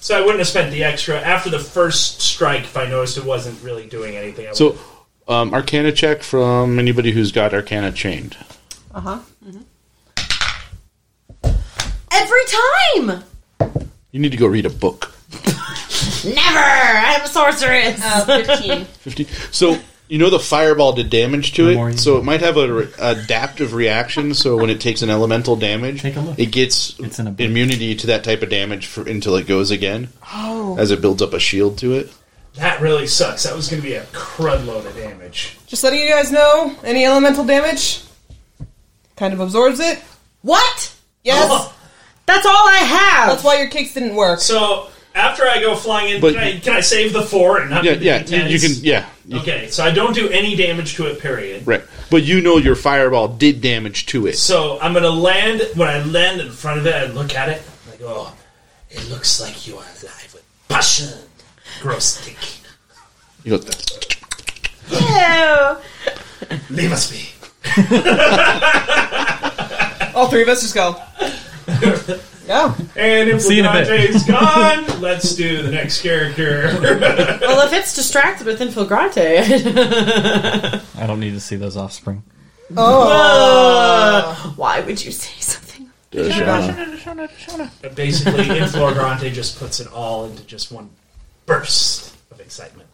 [SPEAKER 7] so I wouldn't have spent the extra after the first strike if I noticed it wasn't really doing anything. I would-
[SPEAKER 3] So, um, Arcana check from anybody who's got Arcana chained.
[SPEAKER 8] Every time!
[SPEAKER 3] You need to go read a book.
[SPEAKER 8] Never! I'm a sorceress!
[SPEAKER 5] Uh, 15.
[SPEAKER 3] 50. So, you know the fireball did damage to
[SPEAKER 6] Memoriam.
[SPEAKER 3] it, so it might have a re- adaptive reaction. So when it takes an elemental damage,
[SPEAKER 6] Take a look.
[SPEAKER 3] it gets
[SPEAKER 6] It's in a book.
[SPEAKER 3] immunity to that type of damage for, until it goes again. Oh. As it builds up a shield to it.
[SPEAKER 7] that really sucks. That was going to be a crud load of damage.
[SPEAKER 5] Just letting you guys know, any elemental damage kind of absorbs it.
[SPEAKER 8] what?
[SPEAKER 5] Yes,
[SPEAKER 7] Oh.
[SPEAKER 8] That's all I have!
[SPEAKER 5] that's why your kicks didn't work.
[SPEAKER 7] So after I go flying in,
[SPEAKER 3] But-
[SPEAKER 7] can, I, can I save the four and not
[SPEAKER 3] Yeah,
[SPEAKER 7] do the
[SPEAKER 3] yeah. You, you can,
[SPEAKER 7] D10s?
[SPEAKER 3] yeah. You-
[SPEAKER 7] Okay, so I don't do any damage to it. Period.
[SPEAKER 3] Right. But you know your fireball did damage to it.
[SPEAKER 7] So I'm going to land. When I land in front of it, I look at it. oh, and I go,
[SPEAKER 14] It looks like you are alive with passion. Gross dick.
[SPEAKER 3] You go,
[SPEAKER 14] Leave us be.
[SPEAKER 5] All three of us just go. yeah.
[SPEAKER 7] and if
[SPEAKER 6] See you in a bit.
[SPEAKER 7] has gone, let's do the next character.
[SPEAKER 8] Well, if it's distracted with Infilgrante,
[SPEAKER 6] I don't need to see those offspring.
[SPEAKER 8] why would you say something?
[SPEAKER 7] But basically, Inflor Grande just puts it all into just one burst of excitement.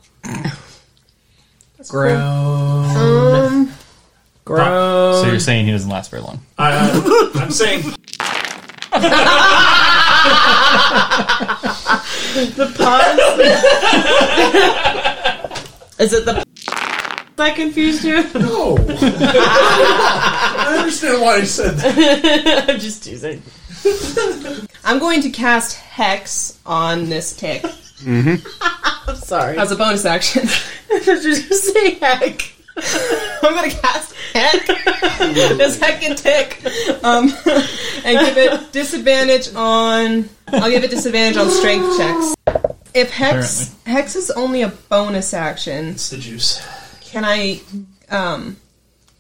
[SPEAKER 6] So you're saying he doesn't last very long.
[SPEAKER 7] Uh, I'm saying
[SPEAKER 8] Is it the that confused you?
[SPEAKER 14] No. I understand why he said that.
[SPEAKER 8] I'm just teasing.
[SPEAKER 5] I'm going to cast Hex on this kick
[SPEAKER 8] I'm sorry. I
[SPEAKER 5] as a bonus action.
[SPEAKER 8] was just gonna say heck.
[SPEAKER 5] I'm going to cast Heck, this Heck and Tick, um, and give it disadvantage on. I'll give it disadvantage on strength checks. If hex hex is only a bonus action,
[SPEAKER 8] It's the juice.
[SPEAKER 5] can I um,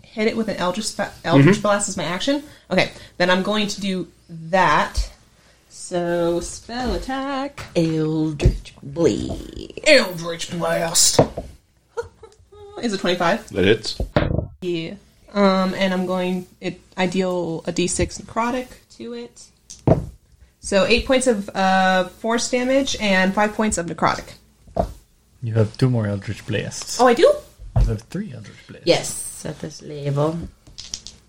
[SPEAKER 5] hit it with an eldritch spa- eldritch
[SPEAKER 8] Mhm.
[SPEAKER 5] blast as my action? Okay, then I'm going to do that. So spell attack,
[SPEAKER 15] Eldritch Blade.
[SPEAKER 5] eldritch blast. is it twenty five?
[SPEAKER 3] That hits.
[SPEAKER 5] Yeah. Um, and I'm going. It I deal a d6 necrotic to it. So eight points of uh, force damage and five points of necrotic.
[SPEAKER 6] You have two more Eldritch Blasts.
[SPEAKER 5] Oh, I do.
[SPEAKER 6] You have three Eldritch Blasts.
[SPEAKER 4] Yes, at this level.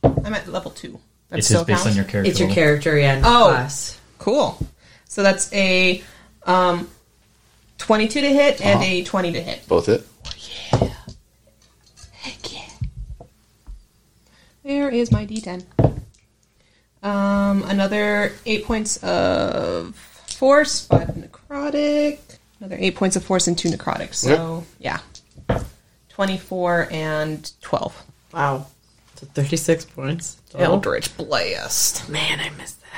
[SPEAKER 5] I'm at level two.
[SPEAKER 6] It's just based on your character
[SPEAKER 4] It's your
[SPEAKER 6] level.
[SPEAKER 4] character, yeah. and
[SPEAKER 5] Oh,
[SPEAKER 4] class.
[SPEAKER 5] cool. So that's a um, 22 to hit and
[SPEAKER 3] Uh-huh.
[SPEAKER 5] a 20 to hit.
[SPEAKER 3] Both hit.
[SPEAKER 5] Where is my d10? Um, another eight points of force, five necrotic. Another eight points of force and two necrotic. So yeah, 24 and 12.
[SPEAKER 4] Wow. So 36 points. total.
[SPEAKER 5] Eldritch blast.
[SPEAKER 4] Man, I missed that.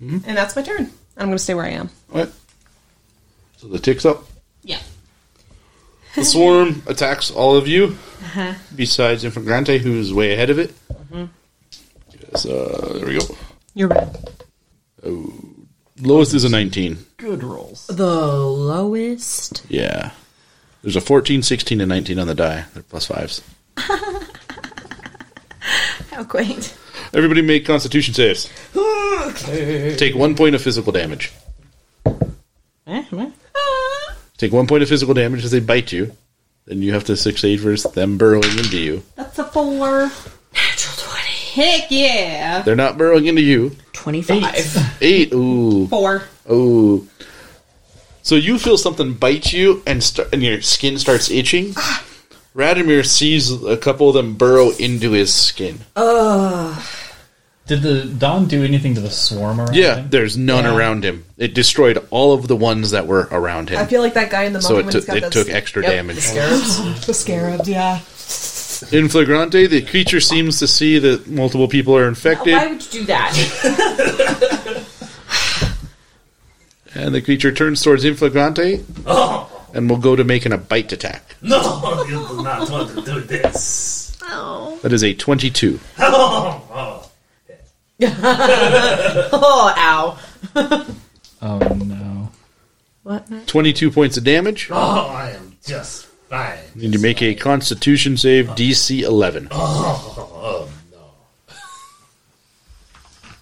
[SPEAKER 5] And that's my turn. I'm going to stay where I am.
[SPEAKER 3] Alright. So the tick's up.
[SPEAKER 5] Yeah.
[SPEAKER 3] The swarm attacks all of you, besides Infragrante, who's way ahead of it. Yes, uh, there we go.
[SPEAKER 5] You're red.
[SPEAKER 3] Oh, lowest is a 19.
[SPEAKER 6] Good rolls.
[SPEAKER 4] The lowest.
[SPEAKER 3] Yeah. There's a 14, 16, and 19 on the die. They're plus fives.
[SPEAKER 15] How quaint.
[SPEAKER 3] Everybody make constitution saves. Take one point of physical damage. Take one point of physical damage as they bite you. Then you have to succeed versus them burrowing into you.
[SPEAKER 5] That's a four.
[SPEAKER 4] Heck yeah.
[SPEAKER 3] They're not burrowing into you.
[SPEAKER 15] 25.
[SPEAKER 3] Eight. Ooh.
[SPEAKER 5] Four.
[SPEAKER 3] Ooh. So you feel something bite you, and st- and your skin starts itching. Radimir sees a couple of them burrow into his skin.
[SPEAKER 6] Did the Dawn do anything to the swarm around?
[SPEAKER 3] Yeah,
[SPEAKER 6] him?
[SPEAKER 3] there's none around him. It destroyed all of the ones that were around him.
[SPEAKER 5] I feel like that guy in the
[SPEAKER 3] so it
[SPEAKER 5] moment when he's
[SPEAKER 3] took
[SPEAKER 5] got
[SPEAKER 3] it
[SPEAKER 5] those-
[SPEAKER 3] took extra
[SPEAKER 4] Yep,
[SPEAKER 3] damage.
[SPEAKER 4] The scarabs.
[SPEAKER 5] the scarabs. Yeah.
[SPEAKER 3] In flagrante, the creature seems to see that multiple people are infected,
[SPEAKER 4] Why would you do that?
[SPEAKER 3] and the creature turns towards in flagrante, and will go to make an a bite attack.
[SPEAKER 7] No, you do not want to do this.
[SPEAKER 3] That is a twenty-two.
[SPEAKER 6] oh,
[SPEAKER 4] oh, ow.
[SPEAKER 6] Oh no.
[SPEAKER 3] Twenty-two points of damage.
[SPEAKER 7] Oh, I am just fine.
[SPEAKER 3] Need to make a Constitution save, DC eleven.
[SPEAKER 6] Oh.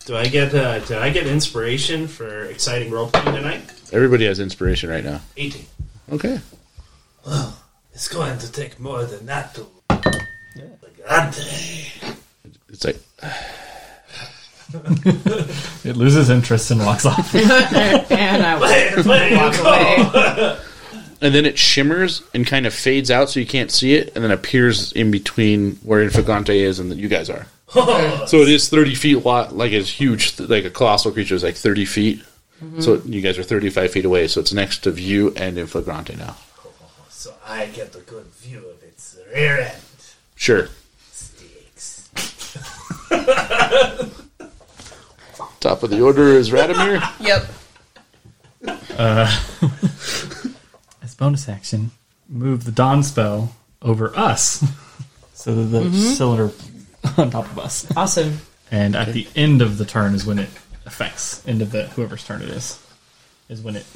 [SPEAKER 8] Do I get uh, do I get inspiration for exciting roleplay tonight?
[SPEAKER 3] Everybody has inspiration right now.
[SPEAKER 8] 18.
[SPEAKER 3] Okay.
[SPEAKER 7] It's going to take more than that to. Grande.
[SPEAKER 3] It's like
[SPEAKER 6] It loses interest and walks off.
[SPEAKER 4] And I was
[SPEAKER 7] Hey, where you go?
[SPEAKER 4] away.
[SPEAKER 3] and then it shimmers and kind of fades out so you can't see it and then appears in between where Infagante is and that you guys are. so it is 30 feet wide, like it's huge, th- like a colossal creature is like 30 feet. So you guys are 35 feet away, so it's next to you and Inflagrante now.
[SPEAKER 7] So I get a good view of its rear end.
[SPEAKER 3] Sure.
[SPEAKER 7] Sticks.
[SPEAKER 3] Top of the order is Radimir.
[SPEAKER 5] Yep.
[SPEAKER 6] As bonus action, move the Dawn spell over us, so that the cylinder on top of us.
[SPEAKER 4] Awesome.
[SPEAKER 6] And at the end of the turn is when it affects. End of the whoever's turn it is, is when it.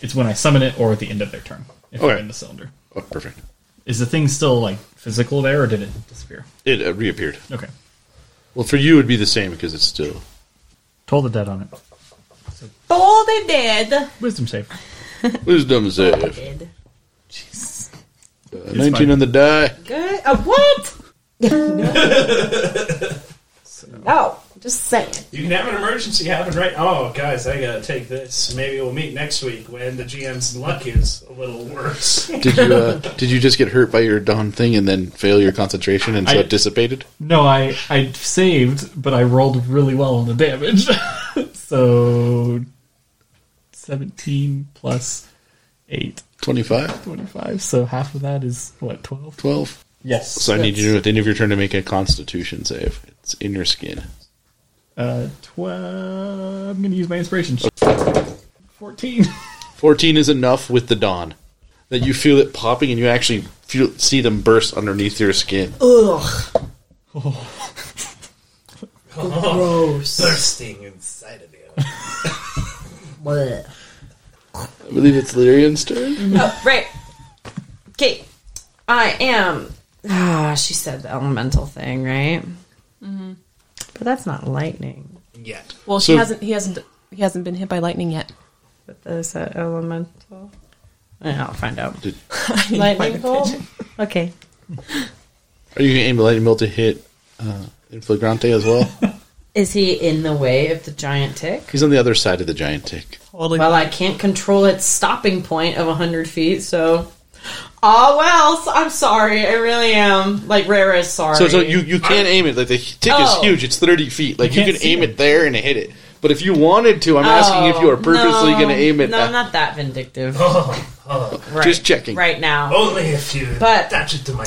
[SPEAKER 6] It's when I summon it, or at the end of their turn. If they're
[SPEAKER 3] Okay.
[SPEAKER 6] in the cylinder,
[SPEAKER 3] oh, perfect.
[SPEAKER 6] is the thing still like physical there, or did it disappear?
[SPEAKER 3] It uh, reappeared.
[SPEAKER 6] Okay,
[SPEAKER 3] Well, for you, it would be the same because it's still.
[SPEAKER 6] toll the dead on it.
[SPEAKER 4] Oh, they did.
[SPEAKER 6] Wisdom save.
[SPEAKER 3] Wisdom save.
[SPEAKER 4] Did.
[SPEAKER 3] Uh, 19
[SPEAKER 6] fine.
[SPEAKER 3] on the die.
[SPEAKER 4] Good. Uh, what? no. Just saying.
[SPEAKER 8] You can have an emergency happen right. Oh, guys, I gotta take this. Maybe we'll meet next week when the GM's luck is a little worse.
[SPEAKER 3] Did you uh, did you just get hurt by your dawn thing and then fail your concentration and so
[SPEAKER 6] I-
[SPEAKER 3] it dissipated?
[SPEAKER 6] No, I I saved, but I rolled really well on the damage. so 17 plus 8,
[SPEAKER 3] 25,
[SPEAKER 6] 25. So half of that is what, 12?
[SPEAKER 3] 12.
[SPEAKER 6] Yes.
[SPEAKER 3] So I need you to, at the end of your turn to make a Constitution save. It's in your skin.
[SPEAKER 6] Uh, 12. I'm going to use my inspiration. 14.
[SPEAKER 3] Fourteen is enough with the dawn that you feel it popping, and you actually feel see them burst underneath your skin.
[SPEAKER 16] Ugh.
[SPEAKER 7] Gross. Bursting inside of you.
[SPEAKER 3] I believe it's Lyrian's turn.
[SPEAKER 4] Oh, right. Okay. I am. Ah, she said the elemental thing, right? Mm-hmm.
[SPEAKER 5] Mhm.
[SPEAKER 4] But that's not lightning.
[SPEAKER 7] Yet.
[SPEAKER 5] Well,
[SPEAKER 3] So-
[SPEAKER 5] she hasn't. He hasn't. He hasn't been hit by lightning yet.
[SPEAKER 4] But those are elemental. Yeah, I'll find out.
[SPEAKER 3] Did-
[SPEAKER 4] lightning bolt? Okay.
[SPEAKER 3] Are you going to aim the lightning bolt to hit uh, Inflagrante as well?
[SPEAKER 4] Is he in the way of the giant tick?
[SPEAKER 3] He's on the other side of the giant tick.
[SPEAKER 4] well, I can't control its stopping point of 100 feet, so. Oh, well, s- I'm sorry. I really am. Like, Rara is sorry.
[SPEAKER 3] So, so you, you can't aim it. Like the tick
[SPEAKER 4] Oh.
[SPEAKER 3] is huge. It's thirty feet. Like you,
[SPEAKER 6] can't
[SPEAKER 3] can
[SPEAKER 6] see
[SPEAKER 3] aim it. there and hit it. But if you wanted to, I'm asking if you are purposely going to aim it.
[SPEAKER 4] Oh, No,
[SPEAKER 3] at-
[SPEAKER 4] not that vindictive.
[SPEAKER 7] Oh, oh.
[SPEAKER 4] right,
[SPEAKER 3] Just checking.
[SPEAKER 4] Right now.
[SPEAKER 7] Only if you
[SPEAKER 4] But-
[SPEAKER 7] attach it to my.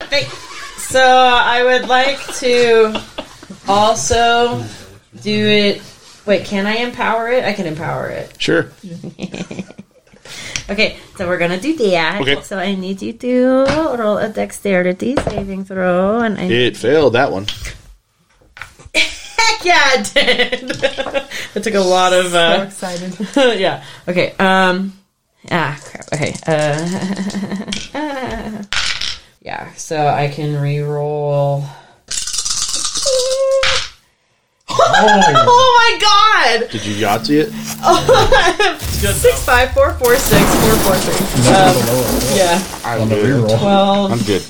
[SPEAKER 4] Thank- So I would like to also do it. Wait, can I empower it? I can empower it.
[SPEAKER 3] Sure.
[SPEAKER 4] Okay, so we're gonna do that.
[SPEAKER 3] Okay.
[SPEAKER 4] So I need you to roll a dexterity saving throw, and I
[SPEAKER 3] It failed that one.
[SPEAKER 4] heck yeah, I did. that took a lot of
[SPEAKER 5] So
[SPEAKER 4] uh,
[SPEAKER 5] excited.
[SPEAKER 4] yeah. Okay. Um. Ah, crap. Okay. Uh, yeah. So I can re-roll. oh my god!
[SPEAKER 3] Did you Yahtzee it?
[SPEAKER 4] Six five four four six four four three. Um, yeah,
[SPEAKER 3] I'm good.
[SPEAKER 4] twelve
[SPEAKER 3] I'm good.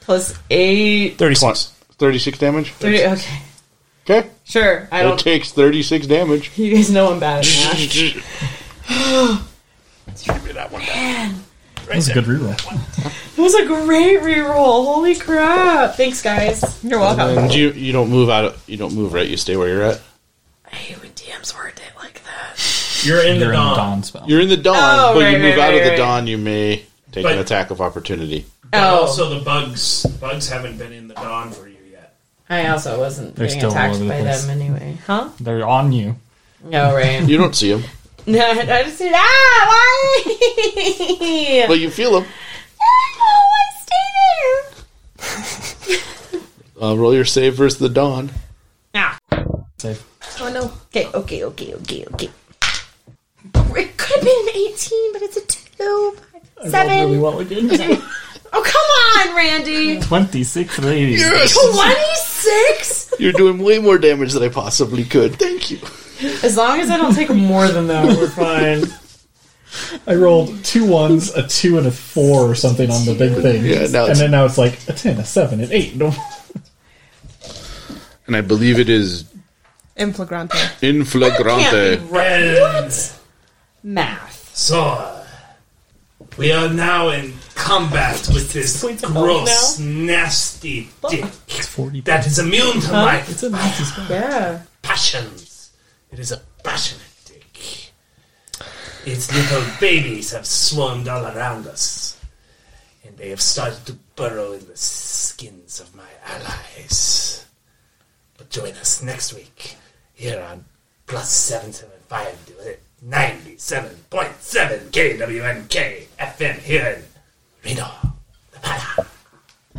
[SPEAKER 4] plus eight.
[SPEAKER 3] Thirty-six. Thirty-six damage.
[SPEAKER 4] Three, okay,
[SPEAKER 3] Okay.
[SPEAKER 4] sure. I
[SPEAKER 3] It
[SPEAKER 4] don't.
[SPEAKER 3] takes thirty-six damage.
[SPEAKER 4] You guys know I'm bad at math.
[SPEAKER 3] Give me that one back.
[SPEAKER 6] That was a good reroll.
[SPEAKER 4] It was a great reroll. Oh, Holy crap! Thanks, guys. You're welcome.
[SPEAKER 3] And you you don't move out. Of, you don't move. Right. You stay where you're at.
[SPEAKER 4] I hate when DMs word it like that.
[SPEAKER 8] You're
[SPEAKER 6] You're
[SPEAKER 8] in the
[SPEAKER 6] in the
[SPEAKER 8] dawn.
[SPEAKER 6] dawn spell.
[SPEAKER 3] You're in the dawn,
[SPEAKER 4] Oh,
[SPEAKER 3] but you
[SPEAKER 4] right,
[SPEAKER 3] move
[SPEAKER 4] right,
[SPEAKER 3] out of
[SPEAKER 4] right,
[SPEAKER 3] the
[SPEAKER 4] right.
[SPEAKER 3] dawn. You may take
[SPEAKER 8] But-
[SPEAKER 3] an attack of opportunity.
[SPEAKER 8] But
[SPEAKER 4] Oh.
[SPEAKER 8] also the bugs. Bugs haven't been in the dawn for you yet.
[SPEAKER 4] I also wasn't
[SPEAKER 6] They're
[SPEAKER 4] being
[SPEAKER 6] still all
[SPEAKER 4] attacked
[SPEAKER 6] over the
[SPEAKER 4] by
[SPEAKER 6] place.
[SPEAKER 4] them anyway, huh?
[SPEAKER 6] They're on you.
[SPEAKER 4] No, right?
[SPEAKER 3] You don't see them,
[SPEAKER 4] no, I just said ah, why?
[SPEAKER 3] but you feel them.
[SPEAKER 4] oh, I stay there.
[SPEAKER 3] Uh, roll your save versus the dawn.
[SPEAKER 6] Safe.
[SPEAKER 4] Oh no. Okay, okay, okay, okay, okay. It could have been an 18, but it's a 2. five, 7.
[SPEAKER 6] Really well again.
[SPEAKER 4] Oh, come on, Randy.
[SPEAKER 6] 26 ladies.
[SPEAKER 4] 26?
[SPEAKER 3] You're doing way more damage than I possibly could. Thank you.
[SPEAKER 4] As long as I don't take more than that, we're fine.
[SPEAKER 6] I rolled two ones, a two, and a four or something on the big thing.
[SPEAKER 3] Yeah, now
[SPEAKER 6] and
[SPEAKER 3] it's-
[SPEAKER 6] then now it's like a 10, a 7, an 8. No.
[SPEAKER 3] And I believe it is
[SPEAKER 5] Inflagrante.
[SPEAKER 3] in
[SPEAKER 4] Can't
[SPEAKER 3] flagrante.
[SPEAKER 4] be right. What? Math.
[SPEAKER 7] So, we are now in combat with this
[SPEAKER 4] Points of
[SPEAKER 7] gross, nasty dick that is immune to my
[SPEAKER 4] Yeah.
[SPEAKER 7] passions. It is a passionate dick. Its little babies have swarmed all around us, and they have started to burrow in the skins of my allies. But join us next week here on plus seven seven five ninety seven point seven KWNK FM here in Reno.